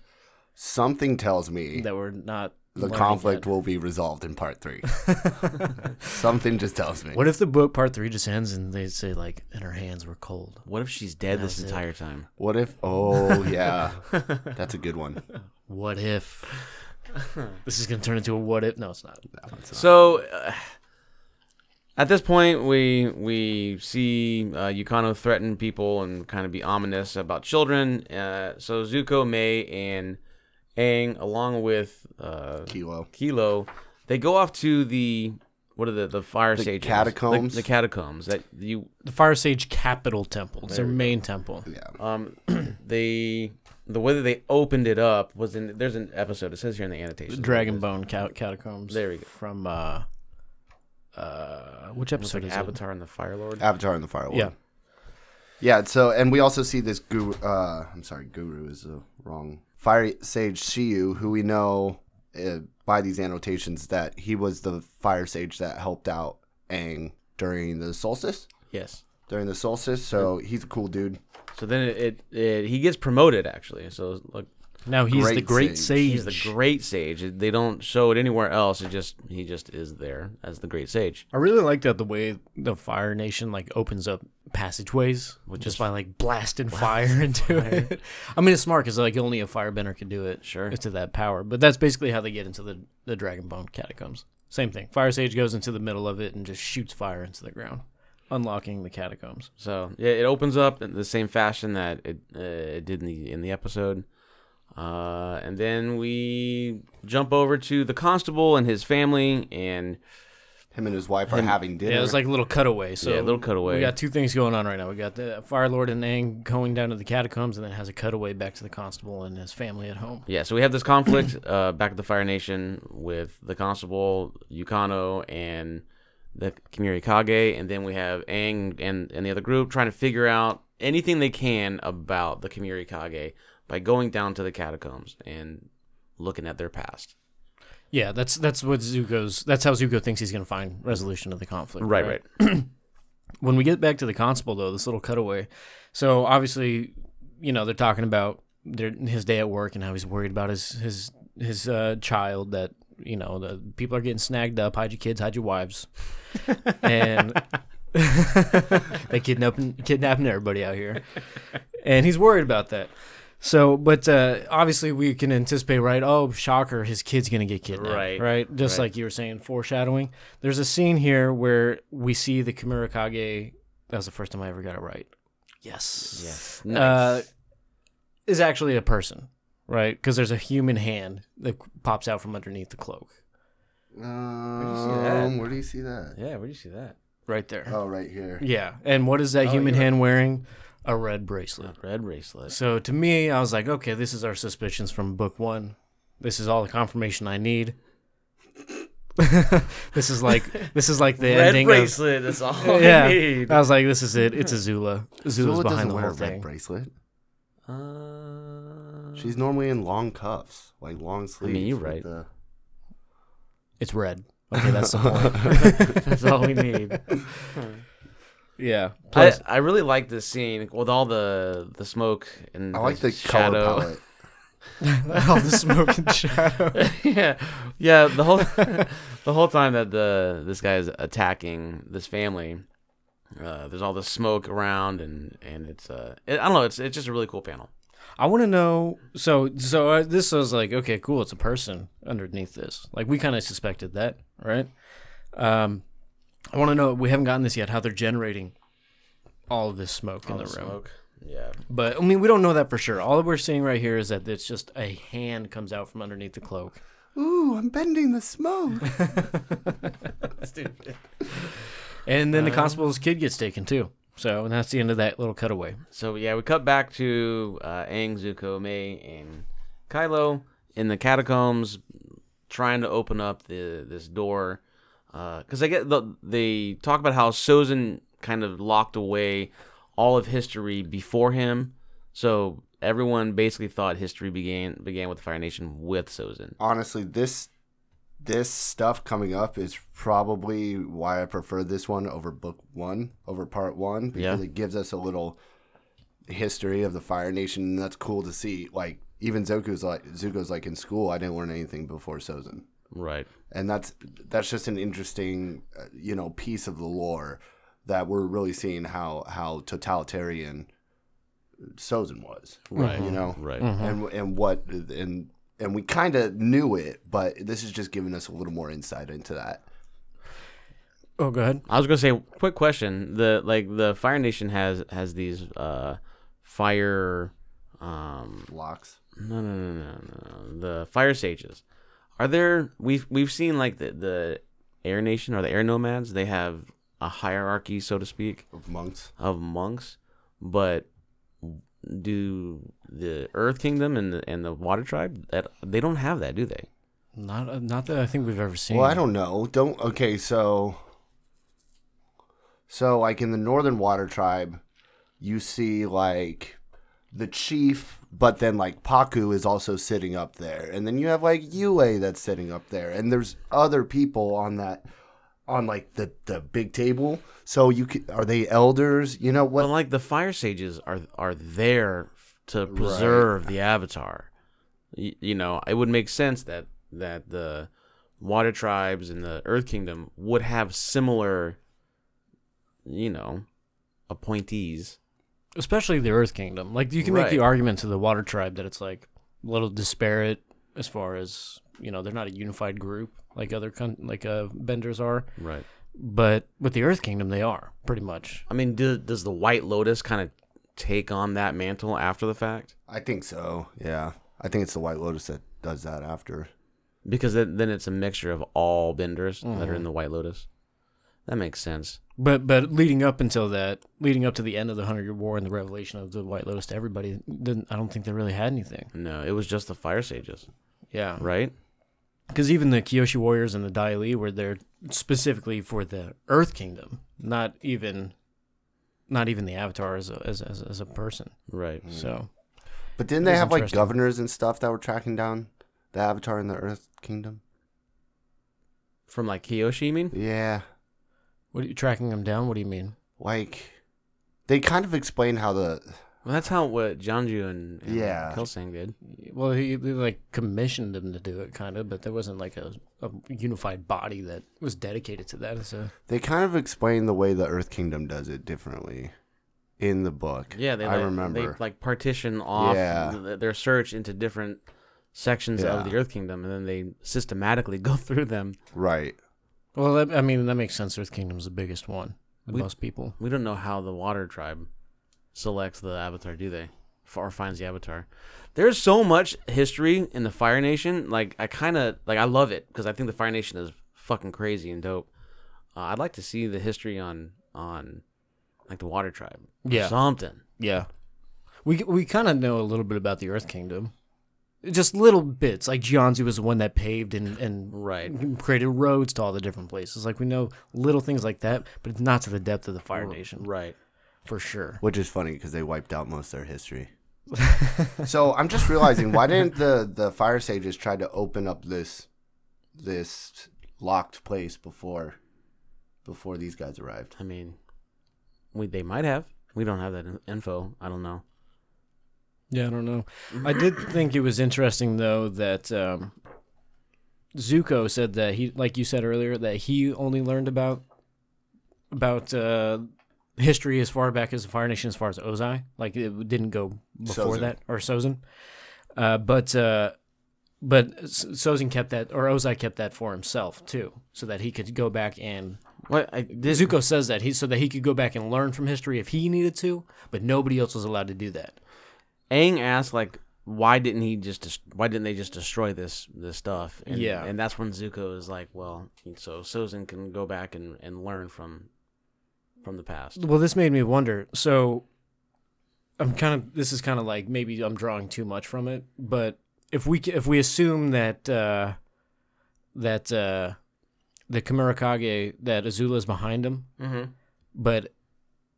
Speaker 1: Something tells me
Speaker 2: that we're not
Speaker 1: the
Speaker 2: learning
Speaker 1: conflict
Speaker 2: yet?
Speaker 1: will be resolved in part three. Something just tells me.
Speaker 2: What if the book part three just ends and they say like, and her hands were cold?
Speaker 3: What if she's dead this entire time?
Speaker 1: What if? Oh yeah, that's a good one.
Speaker 2: What if? this is gonna turn into a what if? No, it's not.
Speaker 3: So, uh, at this point, we we see uh, Yukano threaten people and kind of be ominous about children. Uh, so Zuko, Mei, and Aang, along with uh,
Speaker 1: Kilo.
Speaker 3: Kilo, they go off to the what are the the fire stages?
Speaker 1: catacombs.
Speaker 3: The, the catacombs that you
Speaker 2: The Fire Sage Capital Temple. It's their main temple.
Speaker 3: um they the way that they opened it up was in there's an episode it says here in the annotation
Speaker 2: Dragonbone ca- Catacombs.
Speaker 3: There we go.
Speaker 2: From uh, uh, which episode is it?
Speaker 3: Avatar and the Fire Lord.
Speaker 1: Avatar and the Fire Lord.
Speaker 2: Yeah.
Speaker 1: Yeah. So, and we also see this guru. Uh, I'm sorry, guru is the wrong fire sage Shiyu, who we know uh, by these annotations that he was the fire sage that helped out Aang during the solstice.
Speaker 3: Yes.
Speaker 1: During the solstice, so he's a cool dude.
Speaker 3: So then it, it, it he gets promoted actually. So like
Speaker 2: Now he's the
Speaker 1: Great
Speaker 2: Great Sage.
Speaker 1: Sage.
Speaker 3: he's the great sage. They don't show it anywhere else. It just he just is there as the great sage.
Speaker 2: I really like that the way the Fire Nation like opens up passageways just by like blasting fire into it. I mean, it's smart because like only a firebender could do it.
Speaker 3: Sure.
Speaker 2: it's to that power. But that's basically how they get into the the Dragonbone Catacombs. Same thing. Fire Sage goes into the middle of it and just shoots fire into the ground, unlocking the catacombs.
Speaker 3: So yeah, it opens up in the same fashion that it uh, it did in the in the episode, uh, and then we jump over to the constable and his family, and
Speaker 1: Him and his wife are having dinner.
Speaker 2: Yeah, it was like a little cutaway. So
Speaker 3: Yeah, a little cutaway.
Speaker 2: We got two things going on right now. We got the Fire Lord and Aang going down to the catacombs, and then has a cutaway back to the constable and his family at home.
Speaker 3: yeah, so we have this conflict uh, back at the Fire Nation with the constable Yukano and the Kimiri Kage, and then we have Aang and and the other group trying to figure out anything they can about the Kimiri Kage by going down to the catacombs and looking at their past.
Speaker 2: Yeah, that's that's what Zuko's. That's how Zuko thinks he's gonna find resolution to the conflict.
Speaker 3: Right, right.
Speaker 2: when we get back to the constable though this little cutaway so obviously you know they're talking about their his day at work and how he's worried about his his his uh, child that you know the people are getting snagged up hide your kids hide your wives and they kidnapping kidnapping everybody out here and he's worried about that so but uh, obviously we can anticipate right oh shocker his kid's gonna get kidnapped
Speaker 3: Right.
Speaker 2: right right? Just like you were saying, foreshadowing. There's a scene here where we see the Kimura Kage. That was the first time I ever got it right. Yes.
Speaker 3: Yes.
Speaker 2: Uh, is actually a person, right? Because there's a human hand that pops out from underneath the cloak,
Speaker 3: that?
Speaker 1: um, where do you see that?
Speaker 3: yeah, where do you see that?
Speaker 2: right there.
Speaker 1: Oh, right here.
Speaker 2: Yeah. And what is that human hand wearing? A red bracelet.
Speaker 3: Red bracelet.
Speaker 2: So to me, I was like, okay, this is our suspicions from book one. This is all the confirmation I need. this is like this is like the ending of
Speaker 3: That's all
Speaker 2: yeah. I was like, this is it. It's Azula. Azula's
Speaker 1: Zula
Speaker 2: behind
Speaker 1: doesn't
Speaker 2: the
Speaker 1: wear
Speaker 2: whole
Speaker 1: a red
Speaker 2: thing.
Speaker 1: bracelet.
Speaker 3: Uh,
Speaker 1: She's normally in long cuffs, like long sleeves.
Speaker 3: you're
Speaker 1: with
Speaker 3: right.
Speaker 1: the-
Speaker 2: It's red. Okay, that's the point.
Speaker 3: that's all we need.
Speaker 2: yeah.
Speaker 3: I,
Speaker 2: Plus,
Speaker 3: I really like this scene with all the the smoke and
Speaker 1: I like the
Speaker 3: shadow.
Speaker 1: color palette.
Speaker 2: all the smoke and shadow.
Speaker 3: yeah, yeah. The whole the whole time that the this guy is attacking this family, uh, there's all this smoke around, and and it's uh, it, I don't know. It's it's just a really cool panel.
Speaker 2: I want to know. So, so uh, this was like, okay, cool. It's a person underneath this. Like we kind of suspected that, right? Um, I want to know. We haven't gotten this yet. How they're generating all of this smoke in the, room.
Speaker 3: Yeah.
Speaker 2: But I mean, we don't know that for sure. All that we're seeing right here is that it's just a hand comes out from underneath the cloak.
Speaker 1: Ooh, I'm bending the smoke.
Speaker 2: And then the constable's kid gets taken too. So and that's the end of that little cutaway.
Speaker 3: So yeah, we cut back to uh, Aang, Zuko, Mei, and Kylo in the catacombs, trying to open up the this door. Because I get the, they talk about how Sozin kind of locked away all of history before him, so everyone basically thought history began began with the Fire Nation with Sozin.
Speaker 1: Honestly, this this stuff coming up is probably why I prefer this one over book one, over part one, because
Speaker 3: Yeah.
Speaker 1: it gives us a little history of the Fire Nation, and that's cool to see. Like even Zoku's like Zuko's like in school, I didn't learn anything before Sozin.
Speaker 3: Right.
Speaker 1: and that's that's just an interesting uh, you know piece of the lore that we're really seeing how how totalitarian Sozin was
Speaker 3: Right.
Speaker 1: you know
Speaker 3: Right.
Speaker 1: and and what and and we kind of knew it but this is just giving us a little more insight into that
Speaker 2: Oh, go ahead.
Speaker 3: I was gonna say, quick question. The like the Fire Nation has has these uh, fire. Um,
Speaker 1: locks
Speaker 3: No, no, no, no, no, no. The fire sages. Are there? We've we've seen like the the air nation or the air nomads. They have a hierarchy, so to speak,
Speaker 1: of monks
Speaker 3: of monks. But do the Earth Kingdom and the and the Water Tribe that they don't have that, do they?
Speaker 2: Not, uh, not that I think we've ever seen.
Speaker 1: Well, I don't know. Don't okay. So, so like in the Northern Water Tribe, you see like the chief, but then like Paku is also sitting up there, and then you have like Yue that's sitting up there, and there's other people on that on like the the big table. So you c are they elders? You know
Speaker 3: But
Speaker 1: what?
Speaker 3: like the fire sages are are there to preserve the avatar. Y- you know, it would make sense that that the water tribes and the earth kingdom would have similar you know, appointees.
Speaker 2: Especially the Earth Kingdom. Like you can make the
Speaker 3: Right.
Speaker 2: argument to the Water Tribe that it's like a little disparate as far as you know they're not a unified group like other con- like uh, benders are.
Speaker 3: Right.
Speaker 2: But with the Earth Kingdom, they are pretty much.
Speaker 3: I mean, do, does the White Lotus kind of take on that mantle after the fact?
Speaker 1: I think so. Yeah, I think it's the White Lotus that does that after.
Speaker 3: Because then then it's a mixture of all benders that are in the White Lotus. That makes sense.
Speaker 2: But but leading up until that, leading up to the end of the Hundred Year War and the revelation of the White Lotus to everybody, then I don't think they really had anything.
Speaker 3: No, it was just the Fire Sages,
Speaker 2: Yeah,
Speaker 3: right?
Speaker 2: because even the Kyoshi warriors and the Dai Li were there specifically for the Earth Kingdom, not even, not even the Avatar as a, as as, as a person.
Speaker 3: Right.
Speaker 1: Hmm.
Speaker 2: So
Speaker 1: But didn't
Speaker 2: That
Speaker 1: they
Speaker 2: is
Speaker 1: have like
Speaker 2: interesting.
Speaker 1: governors and stuff that were tracking down the Avatar in the Earth Kingdom?
Speaker 3: From like Kyoshi, you mean?
Speaker 1: Yeah,
Speaker 2: what are you tracking them down? What do you mean?
Speaker 1: like they kind of explain how the
Speaker 3: Well, that's how what Janju and, and
Speaker 1: Yeah.
Speaker 3: Kelsang did.
Speaker 2: Well, he, they, like commissioned them to do it, kind of, but there wasn't like a, a unified body that was dedicated to that. So
Speaker 1: they kind of explain the way the Earth Kingdom does it differently in the book.
Speaker 3: Yeah, they
Speaker 1: I
Speaker 3: like,
Speaker 1: remember.
Speaker 3: they like partition off
Speaker 1: Yeah.
Speaker 3: th- their search into different sections of
Speaker 1: Yeah.
Speaker 3: the Earth Kingdom, and then they systematically go through them.
Speaker 1: Right.
Speaker 2: well, that, I mean that makes sense. Earth Kingdom's the biggest one. The
Speaker 3: We-
Speaker 2: most people.
Speaker 3: We don't know how the Water Tribe selects the Avatar, do they? F- Or finds the Avatar. There's so much history in the Fire Nation. Like I kind of like I love it because I think the Fire Nation is fucking crazy and dope. Uh, I'd like to see the history on on like the Water Tribe. or
Speaker 2: Yeah.
Speaker 3: something.
Speaker 2: Yeah, we we kind of know a little bit about the Earth Kingdom, just little bits. Like Gianzu was the one that paved and and
Speaker 3: Right.
Speaker 2: created roads to all the different places. Like we know little things like that, but it's not to the depth of the Fire Nation
Speaker 3: Right.
Speaker 2: for sure.
Speaker 1: Which is funny because they wiped out most of their history. so I'm just realizing why didn't the the fire sages try to open up this this locked place before before these guys arrived?
Speaker 3: I mean, we they might have. We don't have that in- info. I don't know.
Speaker 2: Yeah, I don't know. I did think it was interesting though that um, Zuko said that he, like you said earlier, that he only learned about about uh, history as far back as the Fire Nation, as far as Ozai. Like it didn't go before
Speaker 1: Sozin.
Speaker 2: that or Sozin. Uh, but uh, but S- Sozin kept that, or Ozai kept that for himself too, so that he could go back and.
Speaker 3: What I did.
Speaker 2: Zuko says that he so that he could go back and learn from history if he needed to, but nobody else was allowed to do that.
Speaker 3: Aang asked like why didn't he just des- why didn't they just destroy this this stuff? And,
Speaker 2: Yeah.
Speaker 3: and that's when Zuko is like, well, so Sozin can go back and, and learn from from the past.
Speaker 2: Well, this made me wonder. So, I'm kind of this is kind of like maybe I'm drawing too much from it, but if we if we assume that uh, that uh, the Kamurakage that Azula is behind him,
Speaker 3: Mm-hmm.
Speaker 2: but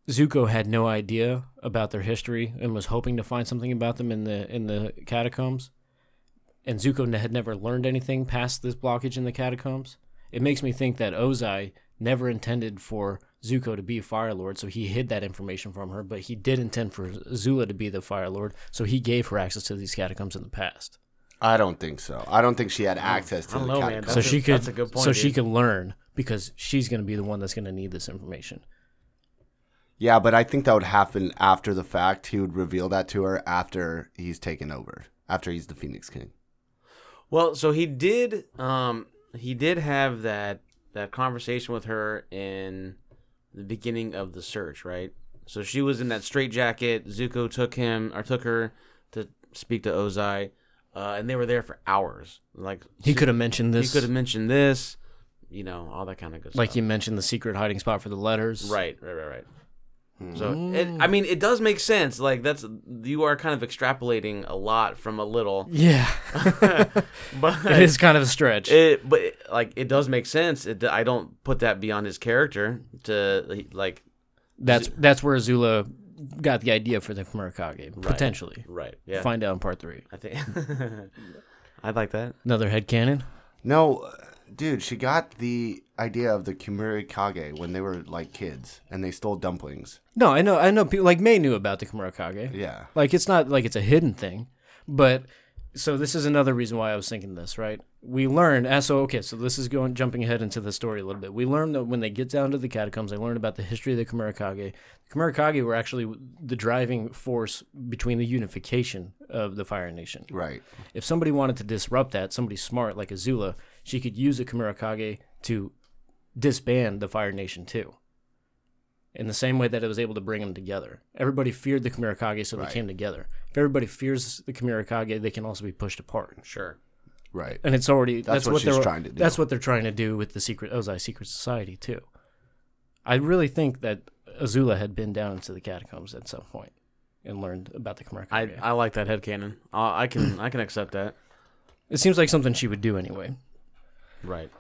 Speaker 2: Zuko had no idea about their history and was hoping to find something about them in the in the catacombs, and Zuko ne- had never learned anything past this blockage in the catacombs. It makes me think that Ozai never intended for Zuko to be a Fire Lord, so he hid that information from her. But he did intend for Azula to be the Fire Lord, so he gave her access to these catacombs in the past,
Speaker 1: I don't think so. I don't think she had access
Speaker 3: I
Speaker 1: to the
Speaker 3: don't know, man.
Speaker 1: catacombs.
Speaker 2: so
Speaker 3: That's a-
Speaker 2: she could
Speaker 3: that's a good point,
Speaker 2: so she
Speaker 3: dude.
Speaker 2: could learn because she's going to be the one that's going to need this information.
Speaker 1: Yeah, but I think that would happen after the fact. He would reveal that to her after he's taken over, after he's the Phoenix King.
Speaker 3: Well, so he did um he did have that that conversation with her in the beginning of the search, right? So she was in that straitjacket. Zuko took him or took her to speak to Ozai, uh, and they were there for hours. Like
Speaker 2: He
Speaker 3: Zu-
Speaker 2: could have mentioned
Speaker 3: he
Speaker 2: this.
Speaker 3: could have mentioned this, you know, all that kind of good
Speaker 2: like
Speaker 3: stuff.
Speaker 2: you mentioned the secret hiding spot for the letters
Speaker 3: right, right, right, right. So it,
Speaker 2: Mm.
Speaker 3: I mean, it does make sense. Like that's you are kind of extrapolating a lot from a little,
Speaker 2: yeah
Speaker 3: but
Speaker 2: it is kind of a stretch
Speaker 3: It, but like it does make sense. It, I don't put that beyond his character to like
Speaker 2: that's that's where azula got the idea for the Kamurakage, potentially
Speaker 3: right. Yeah,
Speaker 2: find out in part three
Speaker 3: I think I like that.
Speaker 2: another headcanon
Speaker 1: No, uh, dude, she got the idea of the Kimura Kage when they were like kids and they stole dumplings.
Speaker 2: no i know i know people like may knew about the Kamurakage.
Speaker 1: Yeah.
Speaker 2: like it's not like it's a hidden thing but so this is another reason why I was thinking this, right? We learn uh, so okay, so this is going jumping ahead into the story a little bit. We learn that when they get down to the catacombs, they learn about the history of the Kamurakage. The Kamurakage were actually the driving force between the unification of the Fire Nation.
Speaker 1: Right.
Speaker 2: If somebody wanted to disrupt that, somebody smart like Azula, she could use the Kamurakage to disband the Fire Nation too. In the same way that it was able to bring them together. Everybody feared the Kamurakage, so they
Speaker 1: Right.
Speaker 2: came together. If everybody fears the Kamurakage, they can also be pushed apart.
Speaker 3: Sure.
Speaker 1: Right.
Speaker 2: And it's already that's,
Speaker 1: what
Speaker 2: what,
Speaker 1: she's
Speaker 2: they're
Speaker 1: trying to do.
Speaker 2: That's what they're trying to do with the secret Ozai secret society too. I really think that Azula had been down into the catacombs at some point and learned about the Kamurakage.
Speaker 3: I, I like that headcanon. I, I can I can accept that.
Speaker 2: it seems like something she would do anyway.
Speaker 3: Right.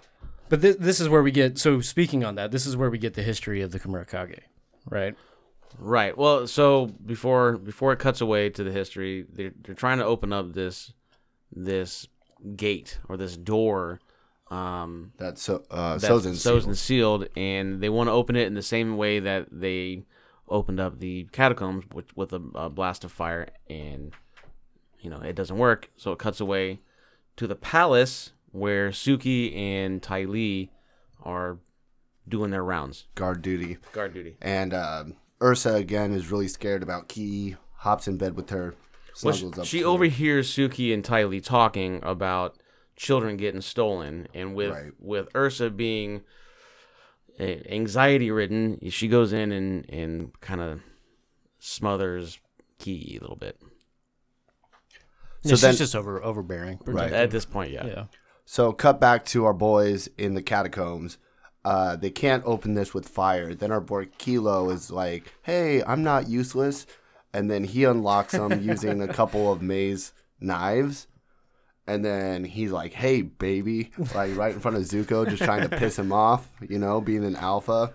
Speaker 2: But this, this is where we get. So speaking on that, this is where we get the history of the Kamurakage, right?
Speaker 3: Right. Well, so before before it cuts away to the history, they're they're trying to open up this this gate or this door. Um,
Speaker 1: That's so uh
Speaker 3: that
Speaker 1: Sozin
Speaker 3: Sozin
Speaker 1: sealed.
Speaker 3: sealed, and they want to open it in the same way that they opened up the catacombs with, with a, a blast of fire, and you know it doesn't work. So it cuts away to the palace where Suki and Tai Lee are doing their rounds,
Speaker 1: guard duty.
Speaker 3: guard duty.
Speaker 1: And um Ursa again is really scared about Key, hops in bed with her,
Speaker 3: Well,
Speaker 1: snuggles
Speaker 3: she,
Speaker 1: up.
Speaker 3: she
Speaker 1: to her.
Speaker 3: overhears Suki and Ty Lee talking about children getting stolen, and with
Speaker 1: Right.
Speaker 3: with Ursa being anxiety ridden, she goes in and and kind of smothers Key a little bit.
Speaker 1: So
Speaker 2: So she's
Speaker 1: then-
Speaker 2: just over overbearing,
Speaker 1: Right.
Speaker 3: At this point, yeah.
Speaker 2: Yeah.
Speaker 1: So cut back to our boys in the catacombs. Uh, they can't open this with fire. Then our boy Kilo is like, "Hey, I'm not useless," and then he unlocks them using a couple of May's knives. And then he's like, "Hey, baby!" Like right in front of Zuko, just trying to piss him off, you know, being an alpha.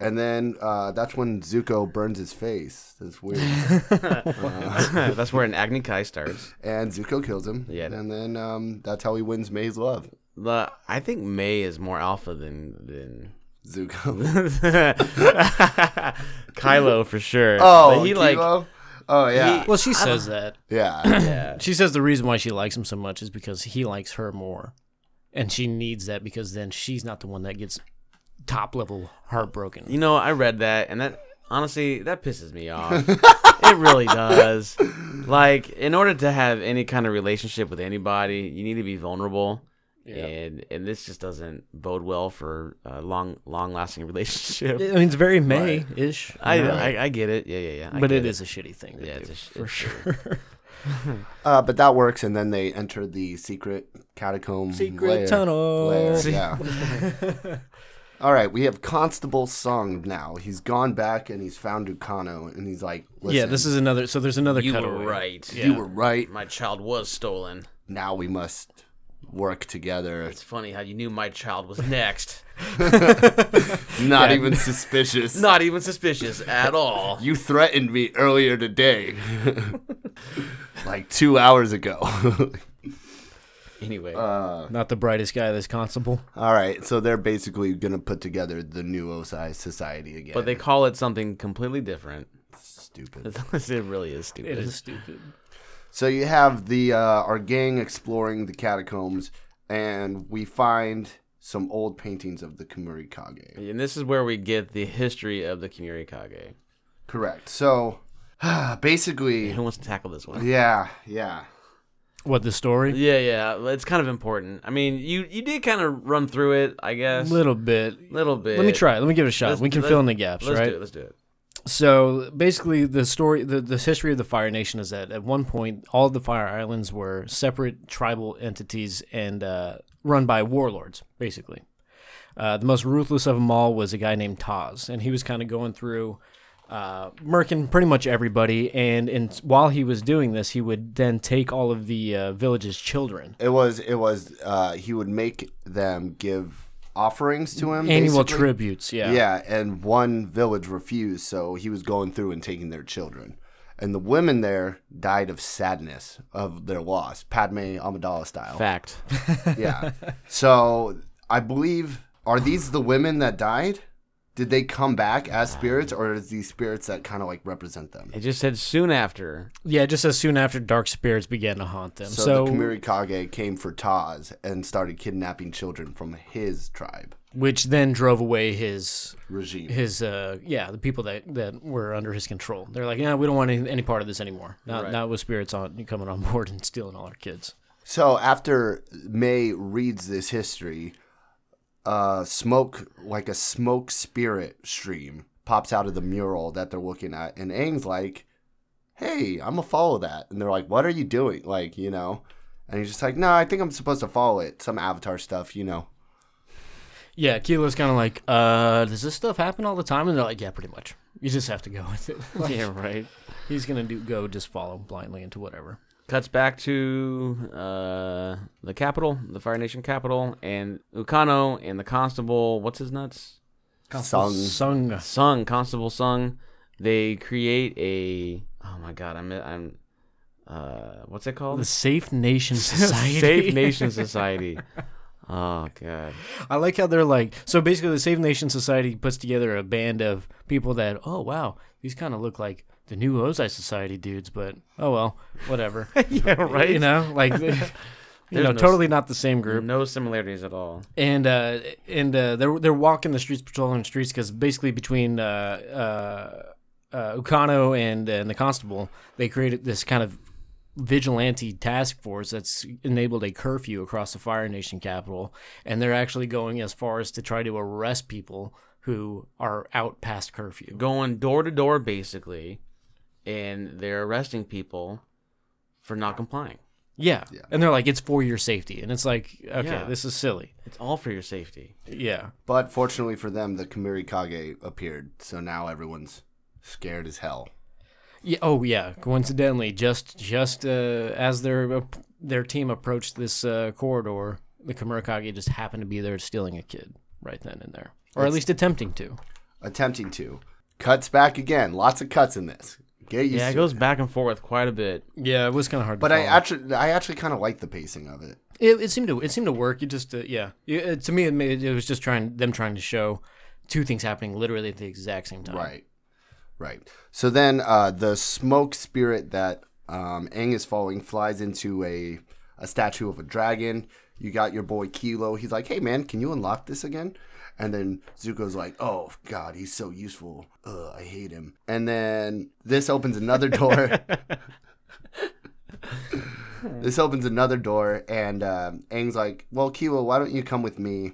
Speaker 1: And then uh, that's when Zuko burns his face. That's weird.
Speaker 3: That's where an Agni Kai starts.
Speaker 1: and Zuko kills him.
Speaker 3: Yeah.
Speaker 1: And then um, that's how he wins May's love.
Speaker 3: The, I think May is more alpha than than
Speaker 1: Zuko.
Speaker 3: Kylo for sure.
Speaker 1: Oh,
Speaker 3: But he like
Speaker 1: Kilo? Oh yeah,
Speaker 2: Well, she says that.
Speaker 1: yeah.
Speaker 3: yeah.
Speaker 2: She says the reason why she likes him so much is because he likes her more, and she needs that because then she's not the one that gets top level heartbroken.
Speaker 3: You know, I read that, and that honestly, that pisses me off. it really does. Like, in order to have any kind of relationship with anybody, you need to be vulnerable, and and this just doesn't bode well for a long, long lasting relationship.
Speaker 2: I mean, it's very May ish.
Speaker 3: I, I I get it. Yeah, yeah, yeah. I
Speaker 2: but
Speaker 3: get
Speaker 2: it is a shitty thing. To
Speaker 3: Yeah,
Speaker 2: do,
Speaker 3: it's a sh-
Speaker 2: for
Speaker 3: it's a-
Speaker 2: sure.
Speaker 1: Uh, but that works, and then they enter the secret catacomb,
Speaker 2: Secret
Speaker 1: lair-
Speaker 2: tunnel.
Speaker 1: lair,
Speaker 2: Se-
Speaker 1: yeah. All right, we have Constable Sung now. He's gone back and he's found Ducano, and he's like, Listen,
Speaker 2: yeah, this is another. So there's another
Speaker 3: You
Speaker 2: cutaway.
Speaker 3: were right.
Speaker 1: you were right.
Speaker 3: My child was stolen.
Speaker 1: Now we must work together.
Speaker 3: It's funny how you knew my child was next.
Speaker 1: Not even suspicious.
Speaker 3: Not even suspicious at all.
Speaker 1: You threatened me earlier today, like two hours ago.
Speaker 3: Anyway,
Speaker 2: Not the brightest guy. This constable.
Speaker 1: All right, so they're basically gonna put together the new Osai society again.
Speaker 3: but they call it something completely different.
Speaker 1: stupid.
Speaker 3: it really is stupid.
Speaker 2: It is stupid.
Speaker 1: So you have the uh, our gang exploring the catacombs, and we find some old paintings of the Kumuri Kage.
Speaker 3: And this is where we get the history of the Kimuri Kage.
Speaker 1: Correct. So basically,
Speaker 3: Who wants to tackle this one?
Speaker 1: yeah, yeah,
Speaker 2: What the story?
Speaker 3: Yeah, yeah. It's kind of important. I mean, you you did kind of run through it, I guess.
Speaker 2: Little bit.
Speaker 3: little bit.
Speaker 2: Let me try. it. Let me give it a shot.
Speaker 3: Let's-
Speaker 2: we can
Speaker 3: let's-
Speaker 2: fill in the gaps,
Speaker 3: Let's
Speaker 2: right?
Speaker 3: do it. Let's do it.
Speaker 2: So basically, the story, the, the history of the Fire Nation is that at one point, all the Fire Islands were separate tribal entities and uh, run by warlords, basically. Uh, the most ruthless of them all was a guy named Taz, and he was kind of going through uh, murking pretty much everybody. And in, while he was doing this, he would then take all of the uh, village's children.
Speaker 1: it was it was. Uh, he would make them give offerings to him.
Speaker 2: Annual
Speaker 1: basically.
Speaker 2: tributes, yeah.
Speaker 1: Yeah, and one village refused, so he was going through and taking their children. And the women there died of sadness of their loss, Padme Amidala style.
Speaker 3: Fact.
Speaker 1: Yeah. so I believe are these the women that died? Did they come back as spirits, or is these spirits that kind of like represent them?
Speaker 3: It just said soon after.
Speaker 2: Yeah, just as soon after dark spirits began to haunt them.
Speaker 1: So,
Speaker 2: So,
Speaker 1: the Kamirikage came for Taz and started kidnapping children from his tribe
Speaker 2: which then drove away his
Speaker 1: regime.
Speaker 2: his uh yeah the people that that were under his control. They're like, yeah, we don't want any, any part of this anymore. Not not with spirits on coming on board and stealing all our kids.
Speaker 1: So after May reads this history, uh, smoke like a smoke spirit stream pops out of the mural that they're looking at, and Aang's like, "Hey, I'm gonna follow that," and they're like, "What are you doing?" Like, you know, and he's just like, "No, I think I'm supposed to follow it." Some avatar stuff, you know.
Speaker 2: Yeah, Kilo's kind of like, uh, does this stuff happen all the time? And they're like, yeah, pretty much. You just have to go with it. Like,
Speaker 3: Yeah, right.
Speaker 2: He's gonna do go just follow blindly into whatever.
Speaker 3: Cuts back to uh, the capital, the Fire Nation capital, and Ukano and the constable. What's his nuts?
Speaker 1: Sung.
Speaker 2: Sung.
Speaker 3: Sung, Constable Sung. They create a. Oh my God, I'm. I'm. Uh, what's it called?
Speaker 2: The Safe Nation Society.
Speaker 3: Safe Nation Society. Oh God.
Speaker 2: I like how they're like so basically the Save Nation Society puts together a band of people that oh wow these kind of look like the new Ozai Society dudes but oh well whatever yeah right you know like they- you
Speaker 3: There's
Speaker 2: know
Speaker 3: no
Speaker 2: totally not the same group
Speaker 3: No similarities at all.
Speaker 2: and uh and uh they're they're walking the streets patrolling the streets because basically between uh uh, uh Ukano and and the constable they created this kind of vigilante task force that's enabled a curfew across the Fire Nation capital, and they're actually going as far as to try to arrest people who are out past curfew.
Speaker 3: Going door to door basically, and they're arresting people for not complying.
Speaker 2: Yeah. and they're like, it's for your safety, and it's like, okay,
Speaker 3: Yeah.
Speaker 2: this is silly.
Speaker 3: It's all for your safety.
Speaker 2: Yeah,
Speaker 1: But fortunately for them, the Kamirikage appeared, so now everyone's scared as hell.
Speaker 2: yeah, oh yeah. Coincidentally, just just uh, as their their team approached this uh, corridor, the Kamurakage just happened to be there stealing a kid right then and there, or at least attempting to.
Speaker 1: Attempting to. Cuts back again. Lots of cuts in this. Get used
Speaker 3: Yeah, it
Speaker 1: to
Speaker 3: goes back and forth quite a bit.
Speaker 2: Yeah, it was kind of hard.
Speaker 1: But
Speaker 2: to
Speaker 1: I
Speaker 2: follow.
Speaker 1: actually, I actually kind of like the pacing of it.
Speaker 2: It, it seemed to it seemed to work. You just uh, yeah. It, it- to me, it, made, it was just trying them trying to show two things happening literally at the exact same time.
Speaker 1: Right, right. So then, uh, the smoke spirit that um, Aang is following flies into a a statue of a dragon. You got your boy Kilo. He's like, "Hey man, can you unlock this again?" And then Zuko's like, "Oh God, he's so useful. Ugh, I hate him." And then this opens another door. this opens another door, and um, Aang's like, "Well, Kilo, why don't you come with me?"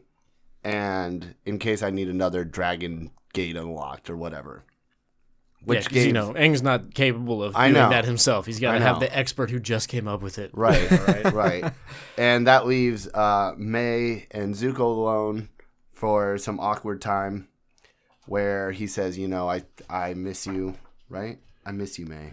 Speaker 1: and in case I need another dragon gate unlocked or whatever.
Speaker 2: Which
Speaker 1: Which games-
Speaker 2: you know, Aang's not capable of
Speaker 1: I
Speaker 2: doing
Speaker 1: know.
Speaker 2: that himself. He's got
Speaker 1: I
Speaker 2: to have
Speaker 1: know.
Speaker 2: the expert who just came up with it.
Speaker 1: Right, right, right. And that leaves uh, May and Zuko alone for some awkward time where he says, you know, I I miss you, right? I miss you, May.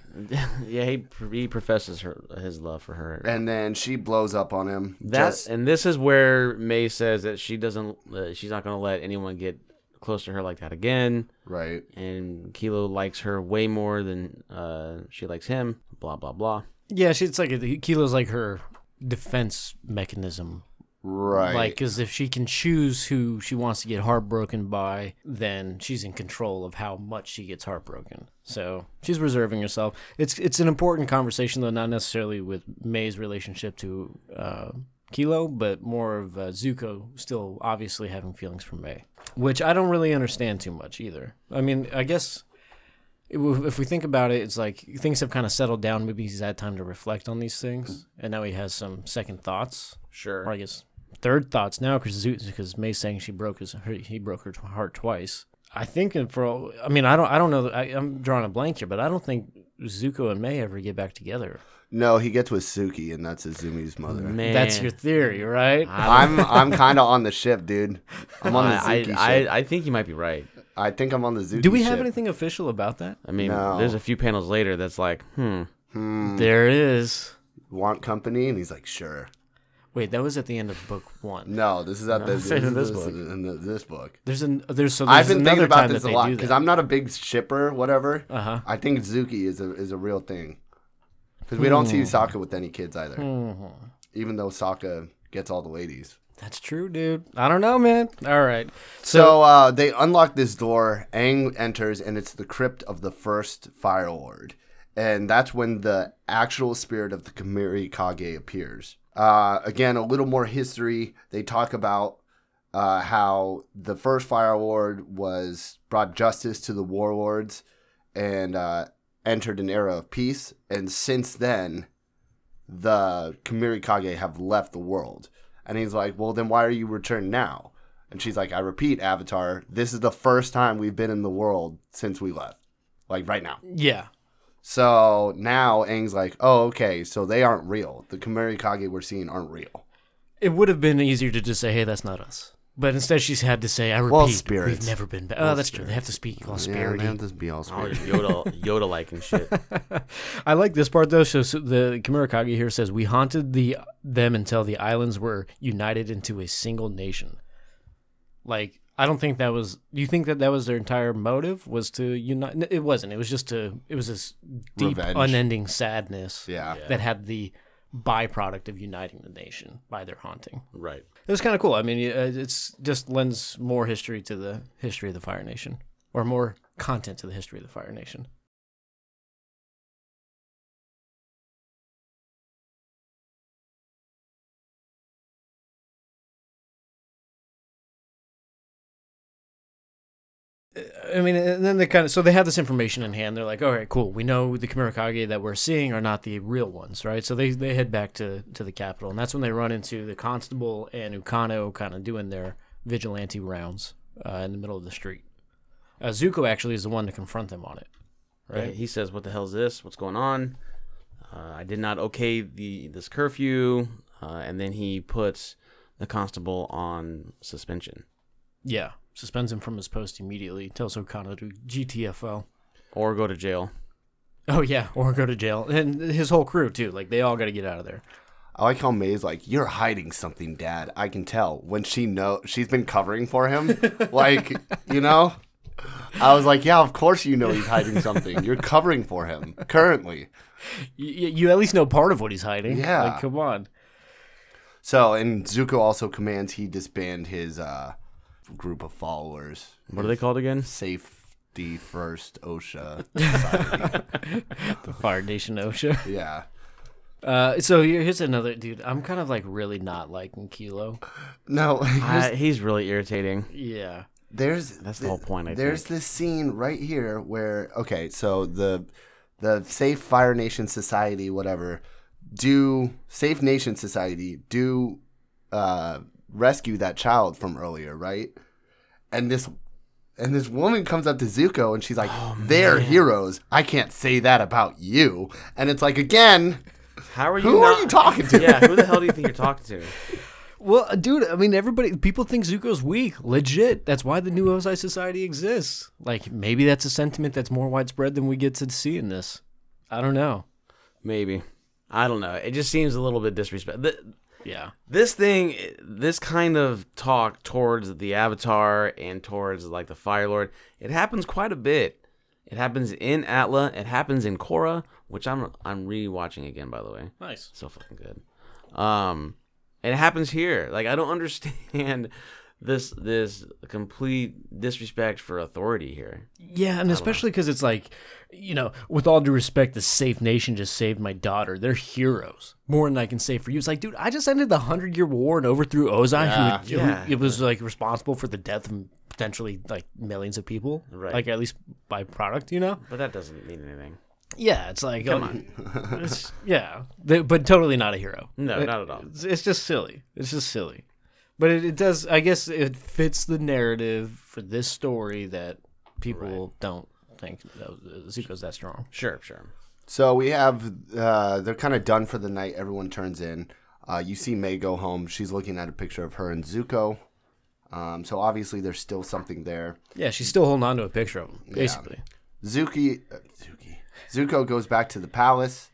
Speaker 3: yeah, he, he professes her his love for her.
Speaker 1: And then she blows up on him.
Speaker 3: That
Speaker 1: just-
Speaker 3: and this is where May says that she doesn't, uh, she's not gonna let anyone get close to her like that again.
Speaker 1: right.
Speaker 3: And Kilo likes her way more than uh, she likes him. Blah blah blah.
Speaker 2: Yeah, she, it's like a, Kilo's like her defense mechanism.
Speaker 1: Right.
Speaker 2: Like, because if she can choose who she wants to get heartbroken by, then she's in control of how much she gets heartbroken. So she's reserving herself. It's it's an important conversation, though, not necessarily with May's relationship to uh, Kilo, but more of uh, Zuko still obviously having feelings for May, which I don't really understand too much either. I mean, I guess it- if we think about it, it's like things have kind of settled down. Maybe he's had time to reflect on these things, and now he has some second thoughts
Speaker 3: Sure.
Speaker 2: or I guess third thoughts now because because May's saying she broke his her, he broke her t- heart twice. I think and for all, I mean I don't I don't know that- I, I'm drawing a blank here, but I don't think Zuko and May ever get back together.
Speaker 1: no, he gets with Suki and that's Izumi's mother.
Speaker 3: Man,
Speaker 2: That's your theory, right?
Speaker 1: I'm I'm kind of on the ship, dude. I'm on the
Speaker 3: I,
Speaker 1: Zuki
Speaker 3: I,
Speaker 1: ship.
Speaker 3: I, I think you might be right.
Speaker 1: I, think I'm on the Zuki
Speaker 2: Do we have
Speaker 1: ship.
Speaker 2: anything official about that?
Speaker 3: I mean,
Speaker 1: No.
Speaker 3: there's a few panels later that's like, hmm.
Speaker 1: Mm.
Speaker 2: There is.
Speaker 1: Want company? And he's like, sure.
Speaker 2: Wait, that was at the end of book one.
Speaker 1: No, this is not the, this,
Speaker 2: saying in
Speaker 1: this,
Speaker 2: this book.
Speaker 1: in the, this book.
Speaker 2: There's an there's so there's
Speaker 1: I've been thinking
Speaker 2: another
Speaker 1: about
Speaker 2: time
Speaker 1: this
Speaker 2: that
Speaker 1: a
Speaker 2: they
Speaker 1: lot
Speaker 2: do
Speaker 1: because
Speaker 2: that.
Speaker 1: I'm not a big shipper, whatever.
Speaker 2: Uh-huh.
Speaker 1: I think Zuki is a is a real thing
Speaker 2: Hmm.
Speaker 1: because we don't see Sokka with any kids either, even though Sokka gets all the ladies.
Speaker 2: That's true, dude. I don't know, man. All right.
Speaker 1: So, uh, they unlock this door. Aang enters, and it's the crypt of the first Fire Lord, and that's when the actual spirit of the Kamiri Kage appears. Uh, again, a little more history. They talk about uh, how the first Fire Lord was brought justice to the warlords, and uh, entered an era of peace. And since then, the Kamiri Kage have left the world. And he's like, Well, then why are you returned now? And she's like, I repeat, Avatar, this is the first time we've been in the world since we left. Like right now.
Speaker 2: Yeah.
Speaker 1: So now Aang's like, Oh, okay, so they aren't real. The Kamiri Kage we're seeing aren't real.
Speaker 2: It would have been easier to just say, "Hey, that's not us." But instead, she's had to say, "I repeat,
Speaker 1: spirits.
Speaker 2: we've never been back." Oh, that's true. They have to speak
Speaker 1: Yeah,
Speaker 2: austerity.
Speaker 1: man, this be all
Speaker 3: All
Speaker 1: spirit.
Speaker 3: Yoda, Yoda like and shit.
Speaker 2: I like this part though. So, so the Kamurakage here says, "We haunted the them until the islands were united into a single nation." Like, I don't think that was. Do you think that that was their entire motive? Was to unite? It wasn't. It was just to. It was this deep,
Speaker 1: Revenge.
Speaker 2: unending sadness.
Speaker 1: Yeah.
Speaker 2: That had the byproduct of uniting the nation by their haunting.
Speaker 3: Right.
Speaker 2: It was kind of cool. I mean, uh, it's just lends more history to the history of the Fire Nation, or more content to the history of the Fire Nation. I mean, and then they kind of so they have this information in hand. They're like, all right, cool. We know the Kamurakage that we're seeing are not the real ones, right? So they they head back to to the capital, and that's when they run into the constable and Ukano kind of doing their vigilante rounds uh, in the middle of the street. Uh, Zuko actually is the one to confront them on it.
Speaker 3: Right. He says, "What the hell's this? What's going on?" Uh, I did not okay the this curfew, uh, and then he puts the constable on suspension
Speaker 2: Yeah, suspends him from his post immediately. Tells Ukano to GTFO.
Speaker 3: or go to jail.
Speaker 2: Oh yeah, or go to jail, and his whole crew too. Like they all got to get out of there.
Speaker 1: I like how May's like, "You're hiding something, Dad. I can tell." When she know she's been covering for him, like you know, I was like, "Yeah, of course you know he's hiding something. You're covering for him currently."
Speaker 2: You, you at least know part of what he's hiding.
Speaker 1: Yeah.
Speaker 2: like, come on.
Speaker 1: So, and Zuko also commands he disband his uh, group of followers.
Speaker 3: What are they called again?
Speaker 1: Safety first, OSHA.
Speaker 2: The Fire Nation OSHA.
Speaker 1: yeah,
Speaker 2: Uh, so here, here's another dude. I'm kind of like really not liking Kilo.
Speaker 1: no,
Speaker 3: I, he's really irritating.
Speaker 2: Yeah,
Speaker 1: there's
Speaker 3: That's the whole point, I
Speaker 1: there's this scene right here where okay, so the the Safe Fire Nation Society, whatever, do Safe Nation Society do uh, rescue that child from earlier, right? And this and this woman comes up to Zuko and she's like,
Speaker 3: Oh,
Speaker 1: "They're heroes. I can't say that about you." And it's like again,
Speaker 3: How are you?
Speaker 1: who
Speaker 3: not-
Speaker 1: are you talking to?
Speaker 3: yeah. Who the hell do you think you're talking to?
Speaker 2: Well, uh, dude, I mean, everybody, people think Zuko's weak. Legit. That's why the New Ozai Society exists. Like, maybe that's a sentiment that's more widespread than we get to see in this. I don't know.
Speaker 3: Maybe. I don't know. It just seems a little bit disrespectful.
Speaker 2: Yeah.
Speaker 3: this thing this kind of talk towards the avatar and towards like the fire lord it happens quite a bit it happens in atla it happens in korra which i'm i'm rewatching again by the way
Speaker 2: Nice.
Speaker 3: so fucking good um and it happens here like i don't understand this this complete disrespect for authority here
Speaker 2: Yeah, and especially because it's like, you know, with all due respect, the Safe Nation just saved my daughter. They're heroes. More than I can say for you. It's like, dude, I just ended the Hundred Year War and overthrew Ozai, who, who
Speaker 3: Yeah.
Speaker 2: it was like responsible for the death of potentially like millions of people.
Speaker 3: Right.
Speaker 2: Like, at least by product, you know?
Speaker 3: but that doesn't mean anything
Speaker 2: Yeah, it's like come on. It's, yeah, They- but totally not a hero.
Speaker 3: no
Speaker 2: It-
Speaker 3: not at all
Speaker 2: It's, it's just silly. It's just silly. But it, it does. I guess it fits the narrative for this story that people don't think that, uh, Zuko's that strong.
Speaker 3: sure sure
Speaker 1: So we have uh, they're kind of done for the night. Everyone turns in. Uh, you see May go home. She's looking at a picture of her and Zuko. Um, so obviously there's still something there.
Speaker 2: Yeah, she's still holding on to a picture of him, basically.
Speaker 1: Zuki, uh, Zuki, Zuko goes back to the palace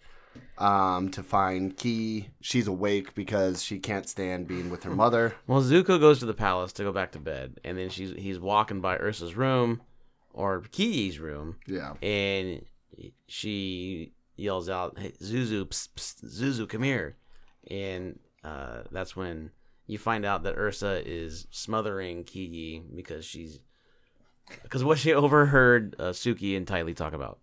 Speaker 1: um, to find Ki. She's awake because she can't stand being with her mother.
Speaker 3: Well, Zuko goes to the palace to go back to bed, and then she's he's walking by Ursa's room or Kiyi's room,
Speaker 1: Yeah.
Speaker 3: and she yells out, "Hey, Zuzu, psst, psst, Zuzu, come here!" And uh, that's when you find out that Ursa is smothering Kiki because she's because what she overheard uh, Suki and Tylee talk about.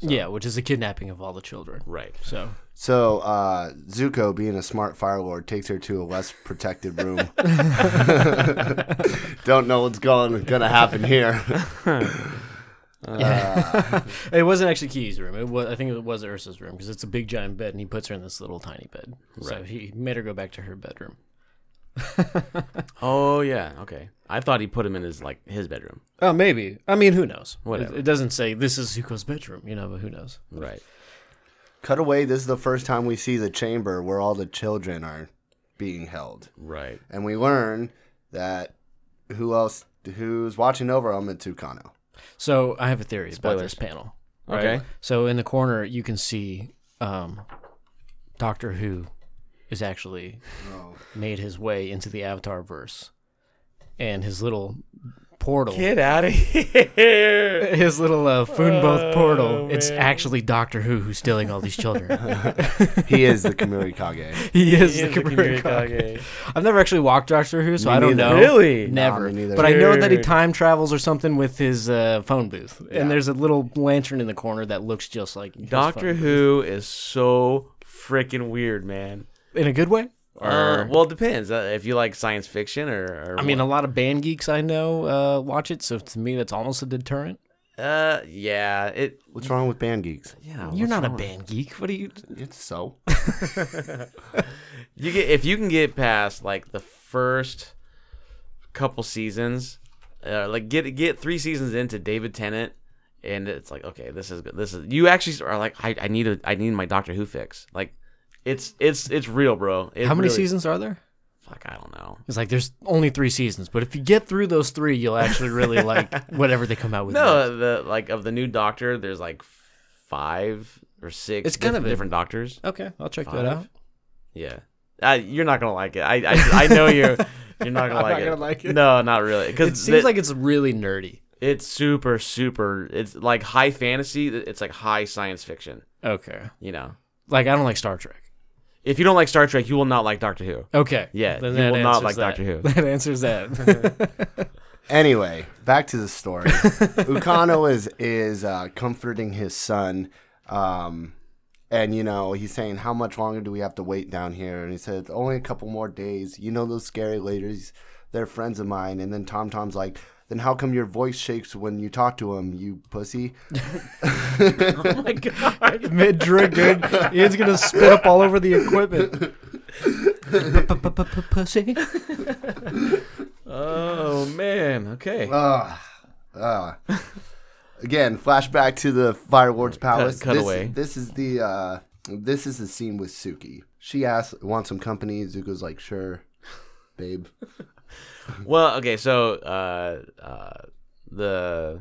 Speaker 2: Yeah, which is the kidnapping of all the children.
Speaker 3: Right.
Speaker 2: So
Speaker 1: So uh, Zuko, being a smart fire lord, takes her to a less protected room. Don't know what's going gonna happen here.
Speaker 2: Uh. yeah, it wasn't actually Kiki's room. It was I think it was Ursa's room because it's a big giant bed, and he puts her in this little tiny bed. So he made her go back to her bedroom.
Speaker 3: Oh yeah. Okay. I thought he put him in his like his bedroom.
Speaker 2: Oh, maybe. I mean, who knows?
Speaker 3: Whatever.
Speaker 2: It, it doesn't say this is Zuko's bedroom, you know. But who knows?
Speaker 3: Right.
Speaker 1: Cut away. This is the first time we see the chamber where all the children are being held,
Speaker 3: Right.
Speaker 1: and we learn that who else who's watching over them at Tucano.
Speaker 2: So I have a theory about
Speaker 3: Spoilers.
Speaker 2: this panel.
Speaker 3: Okay.
Speaker 2: So in the corner, you can see um, Doctor Who is actually made his way into the Avatar verse, and his little portal,
Speaker 3: Get out of here.
Speaker 2: his little uh, Funboth portal. It's actually Doctor Who who's stealing all these children.
Speaker 1: He is the Kamuri Kage.
Speaker 2: he is,
Speaker 3: He
Speaker 2: the
Speaker 3: is the
Speaker 2: Kamui Kage.
Speaker 3: Kumarikage.
Speaker 2: I've never actually walked Doctor Who, so
Speaker 1: Me
Speaker 2: I don't
Speaker 1: neither.
Speaker 2: know.
Speaker 3: Really?
Speaker 2: Never.
Speaker 1: me neither.
Speaker 2: but I know that he
Speaker 3: Dude.
Speaker 2: time travels or something with his uh, phone booth.
Speaker 1: Yeah.
Speaker 2: And there's a little lantern in the corner that looks just like his
Speaker 3: Doctor
Speaker 2: phone
Speaker 3: Who is so freaking weird, man.
Speaker 2: booth. in a good way.
Speaker 3: Uh, well, it depends uh, if you like science fiction or. or
Speaker 2: I mean,
Speaker 3: what.
Speaker 2: a lot of band geeks I know uh, watch it, so to me, that's almost a deterrent.
Speaker 3: uh, yeah, it.
Speaker 1: What's wrong with band geeks?
Speaker 3: Yeah,
Speaker 2: You're
Speaker 3: what's
Speaker 2: not a
Speaker 3: wrong?
Speaker 2: band geek. What do you?
Speaker 1: It's so.
Speaker 3: You get if you can get past like the first couple seasons, uh, like get get three seasons into David Tennant, and it's like okay, this is good. This is you actually are like I, I need a I need my Doctor Who fix. Like it's it's it's real, bro. It
Speaker 2: How many
Speaker 3: really-
Speaker 2: seasons are there?
Speaker 3: Fuck, I don't know.
Speaker 2: It's like there's only three seasons, but if you get through those three, you'll actually really like whatever they come out with. next.
Speaker 3: No, the like of the new Doctor, there's like five or six.
Speaker 2: It's kind
Speaker 3: diff-
Speaker 2: of a-
Speaker 3: different Doctors.
Speaker 2: Okay, I'll check
Speaker 3: Five?
Speaker 2: that out.
Speaker 3: Yeah. Uh, you're not gonna like it. I I, I know you're. You're not gonna
Speaker 2: I'm
Speaker 3: like
Speaker 2: not
Speaker 3: it.
Speaker 2: gonna like it.
Speaker 3: No, not really. Because
Speaker 2: It seems like it's really nerdy.
Speaker 3: It's super, super. It's like high fantasy. It's like high science fiction.
Speaker 2: Okay,
Speaker 3: You know,
Speaker 2: like I don't like Star Trek.
Speaker 3: if you don't like Star Trek, you will not like Doctor Who.
Speaker 2: Okay.
Speaker 3: Yeah,
Speaker 2: Then
Speaker 3: you
Speaker 2: that
Speaker 3: will not
Speaker 2: answers
Speaker 3: like
Speaker 2: that.
Speaker 3: Doctor Who.
Speaker 2: That answers that.
Speaker 1: Anyway, back to the story. Ukano is is uh, comforting his son, um, and you know he's saying, "How much longer do we have to wait down here?" And he said, "Only a couple more days." You know those scary ladies, they're friends of mine. And then Tom Tom's like, "Then how come your voice shakes when you talk to him, you pussy?"
Speaker 3: Oh my god!
Speaker 2: Mid drink, dude. Ian's gonna spit up all over the equipment. Pussy.
Speaker 3: Oh man. Okay.
Speaker 1: Ugh. Ugh. Again, flashback to the Fire Lord's palace.
Speaker 3: cut
Speaker 1: this,
Speaker 3: away.
Speaker 1: This is the uh, this is the scene with Suki. She asks, "Want some company?" Zuko's like, "Sure, babe."
Speaker 3: Well, okay. So, uh, uh, the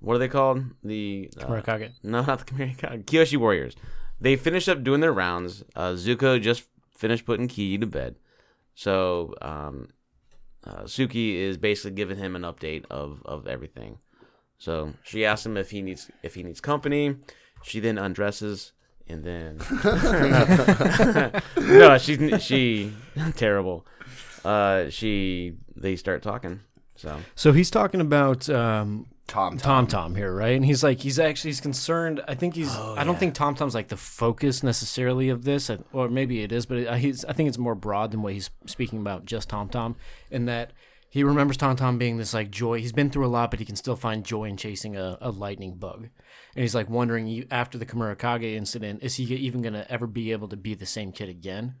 Speaker 3: what are they called? The uh,
Speaker 2: Murakage.
Speaker 3: No, not the Kamari Kage. Kyoshi Warriors. They finished up doing their rounds. Uh, Zuko just finished putting Ki to bed. So um, uh, Suki is basically giving him an update of, of everything. So she asks him if he needs if he needs company. She then undresses and then no, she she terrible. Uh, she they start talking. So
Speaker 2: So he's talking about um,
Speaker 1: Tom, Tom.
Speaker 2: Tom Tom here, right? And he's like, he's actually he's concerned. I think he's. I don't think Tom Tom's like the focus necessarily of this, I- or maybe it is, but it, he's. I think it's more broad than what he's speaking about. Just Tom Tom, in that he remembers Tom Tom being this like joy. He's been through a lot, but he can still find joy in chasing a, a lightning bug, and he's like wondering you- after the Kamurakage incident, is he even gonna ever be able to be the same kid again?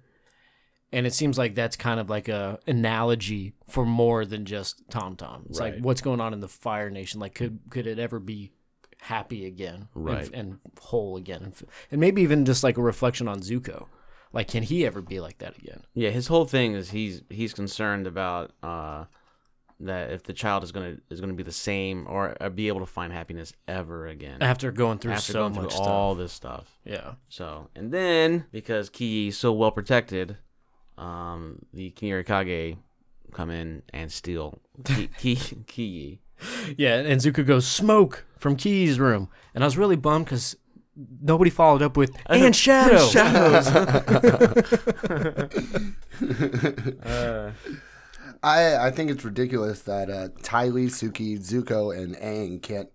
Speaker 2: And it seems like that's kind of like a analogy for more than just Tom Tom. It's
Speaker 3: Right.
Speaker 2: like what's going on in the Fire Nation. Like, could could it ever be happy again, and-
Speaker 3: Right.
Speaker 2: And, whole again, and, f- and maybe even just like a reflection on Zuko. Like, can he ever be like that again?
Speaker 3: Yeah, his whole thing is he's he's concerned about uh, that if the child is gonna is gonna be the same or, uh be able to find happiness ever again
Speaker 2: After going through
Speaker 3: after
Speaker 2: so
Speaker 3: going
Speaker 2: much
Speaker 3: through
Speaker 2: stuff.
Speaker 3: all this stuff.
Speaker 2: yeah.
Speaker 3: So and then because Ki is so well protected, um, the Kage come in and steal Ki Ki Ki.
Speaker 2: Yeah, and Zuko goes smoke from Kii's room, and I was really bummed because nobody followed up with and Shadow.
Speaker 1: I I think it's ridiculous that uh, Ty Lee, Suki, Zuko, and Aang can't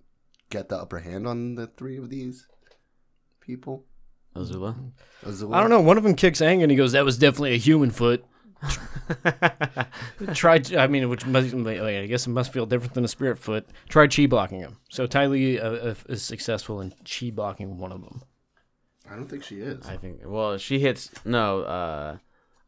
Speaker 1: get the upper hand on the three of these people.
Speaker 3: Azula.
Speaker 1: Azula.
Speaker 2: I don't know. One of them kicks Aang and he goes, "That was definitely a human foot." Tried. I mean, which must, like, I guess it must feel different than a spirit foot. Tried chi blocking him. So Ty Lee uh, uh, is successful in chi blocking one of them.
Speaker 1: I don't think she is.
Speaker 3: I think. Well, she hits. No. Uh,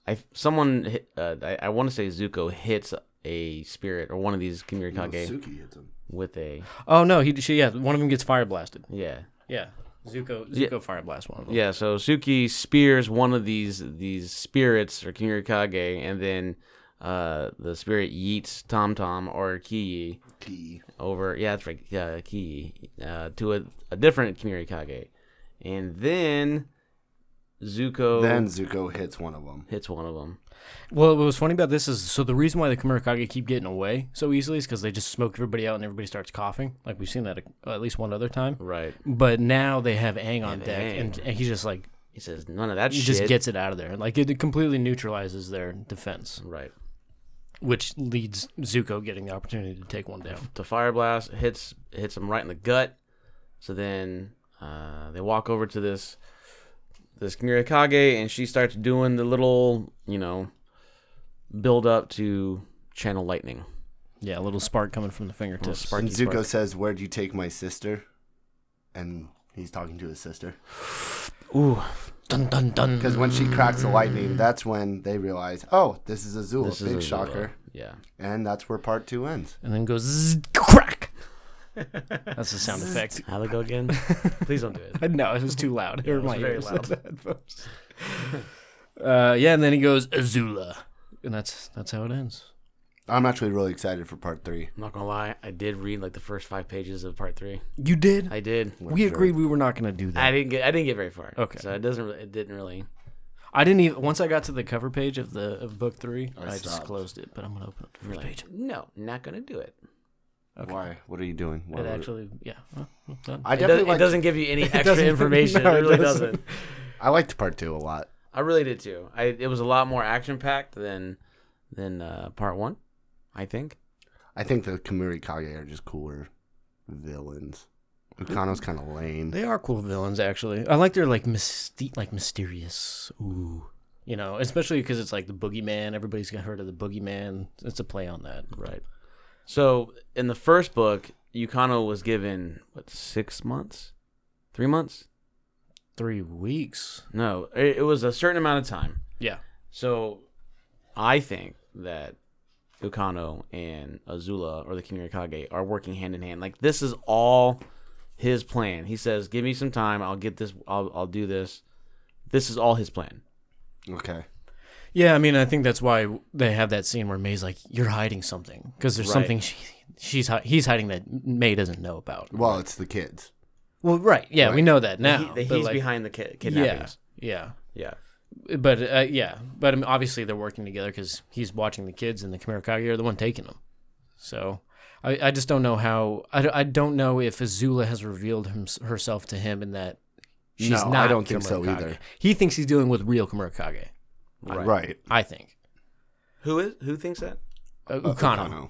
Speaker 3: I someone. Hit, uh, I, I want to say Zuko hits a spirit or one of these
Speaker 1: No,
Speaker 3: Kimirikage
Speaker 1: Suki hits him.
Speaker 3: with a.
Speaker 2: Oh no, he she yeah. One of them gets fire blasted.
Speaker 3: Yeah.
Speaker 2: Yeah, Zuko Zuko fire blast one of them.
Speaker 3: Yeah. So Suki spears one of these these spirits or Kimirikage, and then uh, the spirit yeets Tom Tom or Kiyi
Speaker 1: Key.
Speaker 3: over. Yeah, that's right. Yeah, Kiyi uh, to a, a different Kimirikage, and then Zuko
Speaker 1: Then Zuko hits one of them.
Speaker 3: hits one of them.
Speaker 2: Well, what was funny about this is so the reason why the Kamurakage keep getting away so easily is because they just smoke everybody out and everybody starts coughing. Like we've seen that uh, at least one other time.
Speaker 3: Right.
Speaker 2: But now they have Aang on
Speaker 3: They have
Speaker 2: deck,
Speaker 3: Aang.
Speaker 2: and, and he just like
Speaker 3: He says none of that
Speaker 2: he
Speaker 3: shit.
Speaker 2: just gets it out of there. Like it completely neutralizes their defense,
Speaker 3: right.
Speaker 2: which leads Zuko getting the opportunity to take one down.
Speaker 3: to fire blast hits hits him right in the gut. So then uh, they walk over to this this Kage and she starts doing the little you know build up to channel lightning.
Speaker 2: Yeah, a little spark coming from the
Speaker 3: Little
Speaker 2: fingertips.
Speaker 3: sparky
Speaker 1: and Zuko
Speaker 3: spark.
Speaker 1: says, "Where'd you take my sister?" And he's talking to his sister
Speaker 3: Ooh,
Speaker 2: Dun dun dun.
Speaker 1: because when she cracks the lightning, that's when they realize, "Oh, this is Azula."
Speaker 3: this
Speaker 1: Big
Speaker 3: is a-
Speaker 1: shocker.
Speaker 3: Yeah,
Speaker 1: And that's where part two ends.
Speaker 2: And then goes zzz, crack. That's the sound effect.
Speaker 3: how they go again? Please don't do it.
Speaker 2: No, it was too loud. It
Speaker 3: it was
Speaker 2: my
Speaker 3: very
Speaker 2: ears.
Speaker 3: loud.
Speaker 2: Headphones. uh, yeah, and then he goes Azula, and that's that's how it ends.
Speaker 1: I'm actually really excited for part three.
Speaker 3: I'm not gonna lie, I did read like the first five pages of part three.
Speaker 2: You did.
Speaker 3: I did.
Speaker 2: we agreed we were not going to do that.
Speaker 3: I didn't get. I didn't get very far.
Speaker 2: Okay.
Speaker 3: So it doesn't. really- It didn't really.
Speaker 2: I didn't even once I got to the cover page of the of book three, I, just
Speaker 1: stopped.
Speaker 2: closed it. But I'm gonna open up the first
Speaker 3: like,
Speaker 2: page.
Speaker 3: no, not gonna do it.
Speaker 1: Why? What are you doing? Why
Speaker 2: It
Speaker 1: would-
Speaker 2: actually, yeah, well, well done.
Speaker 1: I
Speaker 3: It,
Speaker 1: definitely
Speaker 3: does, it
Speaker 1: liked,
Speaker 3: doesn't give you any extra
Speaker 2: doesn't-
Speaker 3: information.
Speaker 2: no,
Speaker 3: it
Speaker 2: it
Speaker 3: really
Speaker 2: doesn't.
Speaker 3: doesn't.
Speaker 1: I liked part two a lot.
Speaker 3: I really did too. I it was a lot more action packed than than uh, part one, I think.
Speaker 1: I think the Kamuri Kage are just cooler villains. Ukano's kind of lame.
Speaker 2: They are cool villains, actually. I like their like mysti- like mysterious. Ooh, you know, especially because it's like the boogeyman. Everybody's got heard of the boogeyman. It's a play on that.
Speaker 3: Right. So in the first book, Yukano was given what six months, three months?
Speaker 2: Three weeks.
Speaker 3: No, it, it was a certain amount of time.
Speaker 2: Yeah.
Speaker 3: So I think that Ukano and Azula or the Kimirikage are working hand in hand. Like this is all his plan. He says, "Give me some time. I'll get this. I'll I'll do this." This is all his plan.
Speaker 1: Okay.
Speaker 2: Yeah, I mean, I think that's why they have that scene where May's like, "You're hiding something," because there's
Speaker 3: Right.
Speaker 2: something she, she's hi- he's hiding that May doesn't know about.
Speaker 1: Well, it's the kids.
Speaker 2: Well, right. Yeah, we know that now.
Speaker 3: He- that
Speaker 2: but,
Speaker 3: he's
Speaker 2: like,
Speaker 3: behind the ki-
Speaker 2: Yeah,
Speaker 3: kidnappings.
Speaker 2: yeah.
Speaker 3: Yeah.
Speaker 2: But uh, yeah, but I mean, obviously they're working together because he's watching the kids, and the Kamurakage are the one taking them. So I, I just don't know how I, don't- I don't know if Azula has revealed him, herself to him in that she's
Speaker 1: No, I
Speaker 2: not.
Speaker 1: don't think so
Speaker 2: Kamurakage.
Speaker 1: either.
Speaker 2: He thinks he's dealing with real Kamurakage.
Speaker 1: Right.
Speaker 2: I think
Speaker 3: Who is who thinks that?
Speaker 2: uh,
Speaker 1: Ukano.
Speaker 2: Ukano.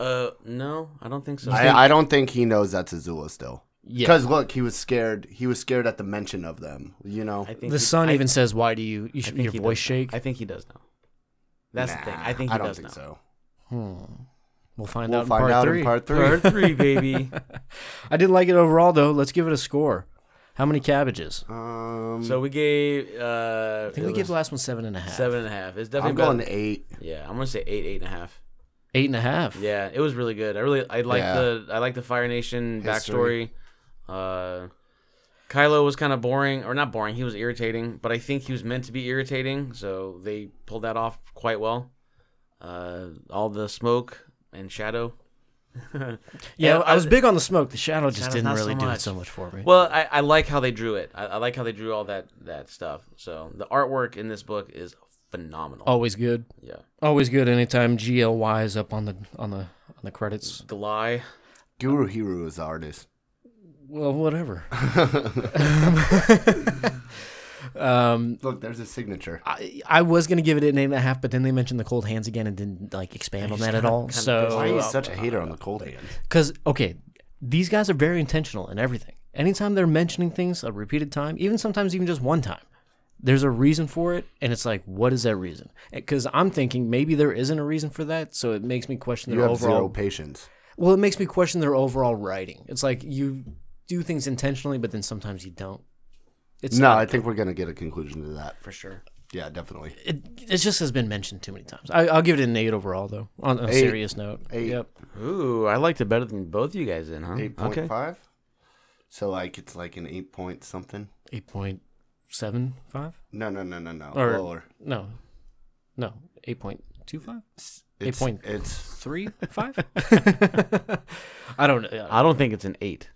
Speaker 3: Uh, no, I don't think so.
Speaker 1: I, I don't think he knows that's Azula still.
Speaker 2: Yeah.
Speaker 1: Because look, he was scared. He was scared at the mention of them. You know.
Speaker 3: I think
Speaker 2: the
Speaker 3: he-
Speaker 2: son
Speaker 3: I-
Speaker 2: even says, "Why do you, you
Speaker 3: I
Speaker 2: sh-
Speaker 3: think
Speaker 2: your
Speaker 3: he
Speaker 2: voice
Speaker 3: does
Speaker 2: shake?"
Speaker 3: Know. I think he does know. That's the thing. I think he
Speaker 1: I don't
Speaker 3: does
Speaker 1: think
Speaker 3: know.
Speaker 1: so.
Speaker 2: Hmm. We'll find out.
Speaker 1: We'll
Speaker 2: in
Speaker 1: find
Speaker 2: part
Speaker 1: out
Speaker 2: three.
Speaker 1: in part three.
Speaker 3: Part three, baby.
Speaker 2: Um, I did like it overall, though. Let's give it a score. How many cabbages?
Speaker 1: Um,
Speaker 3: so we gave. Uh,
Speaker 2: I think we gave the last one seven and a half.
Speaker 3: seven and a half. It's definitely
Speaker 1: I'm going
Speaker 3: better-
Speaker 1: eight.
Speaker 3: Yeah, I'm gonna say eight, eight and a half.
Speaker 2: Eight and a half.
Speaker 3: Yeah, it was really good. I really, I like
Speaker 1: Yeah.
Speaker 3: the, I like the Fire Nation
Speaker 1: History.
Speaker 3: backstory. Uh, Kylo was kind of boring, or not boring. He was irritating, but I think he was meant to be irritating, so they pulled that off quite well. Uh, all the smoke and shadow.
Speaker 2: Yeah,
Speaker 3: Yeah,
Speaker 2: I was
Speaker 3: I-
Speaker 2: big on the smoke. The shadow just
Speaker 3: Shadow's
Speaker 2: didn't
Speaker 3: not
Speaker 2: really
Speaker 3: so
Speaker 2: do it
Speaker 3: much.
Speaker 2: so much for me.
Speaker 3: Well, I, I like how they drew it. I, I like how they drew all that that stuff. So the artwork in this book is phenomenal.
Speaker 2: always good,
Speaker 3: yeah,
Speaker 2: always good. Anytime GLY is up on the on the on the credits.
Speaker 3: Gly.
Speaker 1: Guru Hiro is the artist.
Speaker 2: Well, whatever. um,
Speaker 1: Look, there's a signature.
Speaker 2: I, I was gonna give it an eight and a half, but then they mentioned the cold hands again and didn't like expand on that at all. So
Speaker 1: Why are you such a hater on the cold hand?
Speaker 2: Because, okay, these guys are very intentional in everything. Anytime they're mentioning things a repeated time, even sometimes even just one time, there's a reason for it. And it's like, what is that reason? Because I'm thinking maybe there isn't a reason for that. So it makes me question
Speaker 1: You
Speaker 2: their
Speaker 1: have
Speaker 2: overall.
Speaker 1: zero patience.
Speaker 2: Well, it makes me question their overall writing. It's like you do things intentionally, but then sometimes you don't. It's
Speaker 1: No, I think we're gonna get a conclusion to that.
Speaker 2: for sure.
Speaker 1: Yeah, definitely.
Speaker 2: It, it just has been mentioned too many times. I, I'll give it an eight overall, though. On a serious note,
Speaker 1: Eight.
Speaker 2: yep.
Speaker 3: Ooh, I liked it better than both you guys in, huh?
Speaker 1: Eight point five. So like it's like an eight point something.
Speaker 2: eight point seven five.
Speaker 1: No, no, no, no, no.
Speaker 2: Or-
Speaker 1: Lower.
Speaker 2: No, no, eight point two five,
Speaker 1: It's,
Speaker 2: point-
Speaker 1: It's
Speaker 2: three five. I don't know.
Speaker 3: I don't think it's an eight.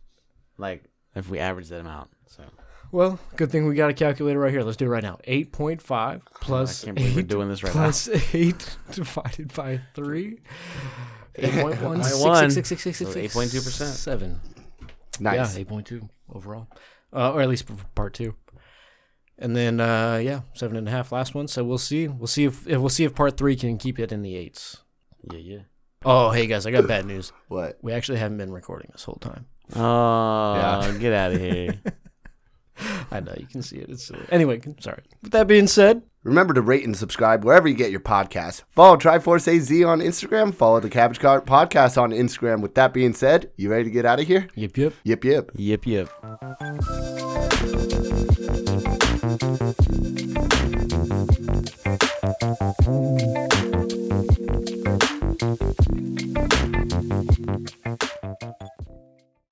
Speaker 3: Like if we average them out, so
Speaker 2: Well, good thing we got a calculator right here. Let's do it right now. Eight point five plus
Speaker 3: I can't believe we're
Speaker 2: eight
Speaker 3: doing this right
Speaker 2: plus eight divided by three. Eight point one six
Speaker 3: one.
Speaker 2: six six six six six
Speaker 3: So 8.2%.
Speaker 2: seven.
Speaker 1: nice.
Speaker 2: Yeah, eight point two overall, uh, or at least for part two. And then uh, yeah, seven and a half last one. So we'll see. We'll see if we'll see if part three can keep it in the eights.
Speaker 3: now. Yeah,
Speaker 2: Oh, hey guys, I got bad news.
Speaker 1: What?
Speaker 2: We actually haven't been recording this whole time.
Speaker 3: yeah. Oh, get out of here.
Speaker 2: I know you can see it. It's silly. anyway. I'm Sorry. With that being said,
Speaker 1: Remember to rate and subscribe wherever you get your podcasts. Follow Triforce AZ on Instagram. Follow the Cabbage Cart Podcast on Instagram. With that being said, you ready to get out of here?
Speaker 2: yep, yep.
Speaker 1: Yip yip.
Speaker 3: yip yip.
Speaker 4: Thank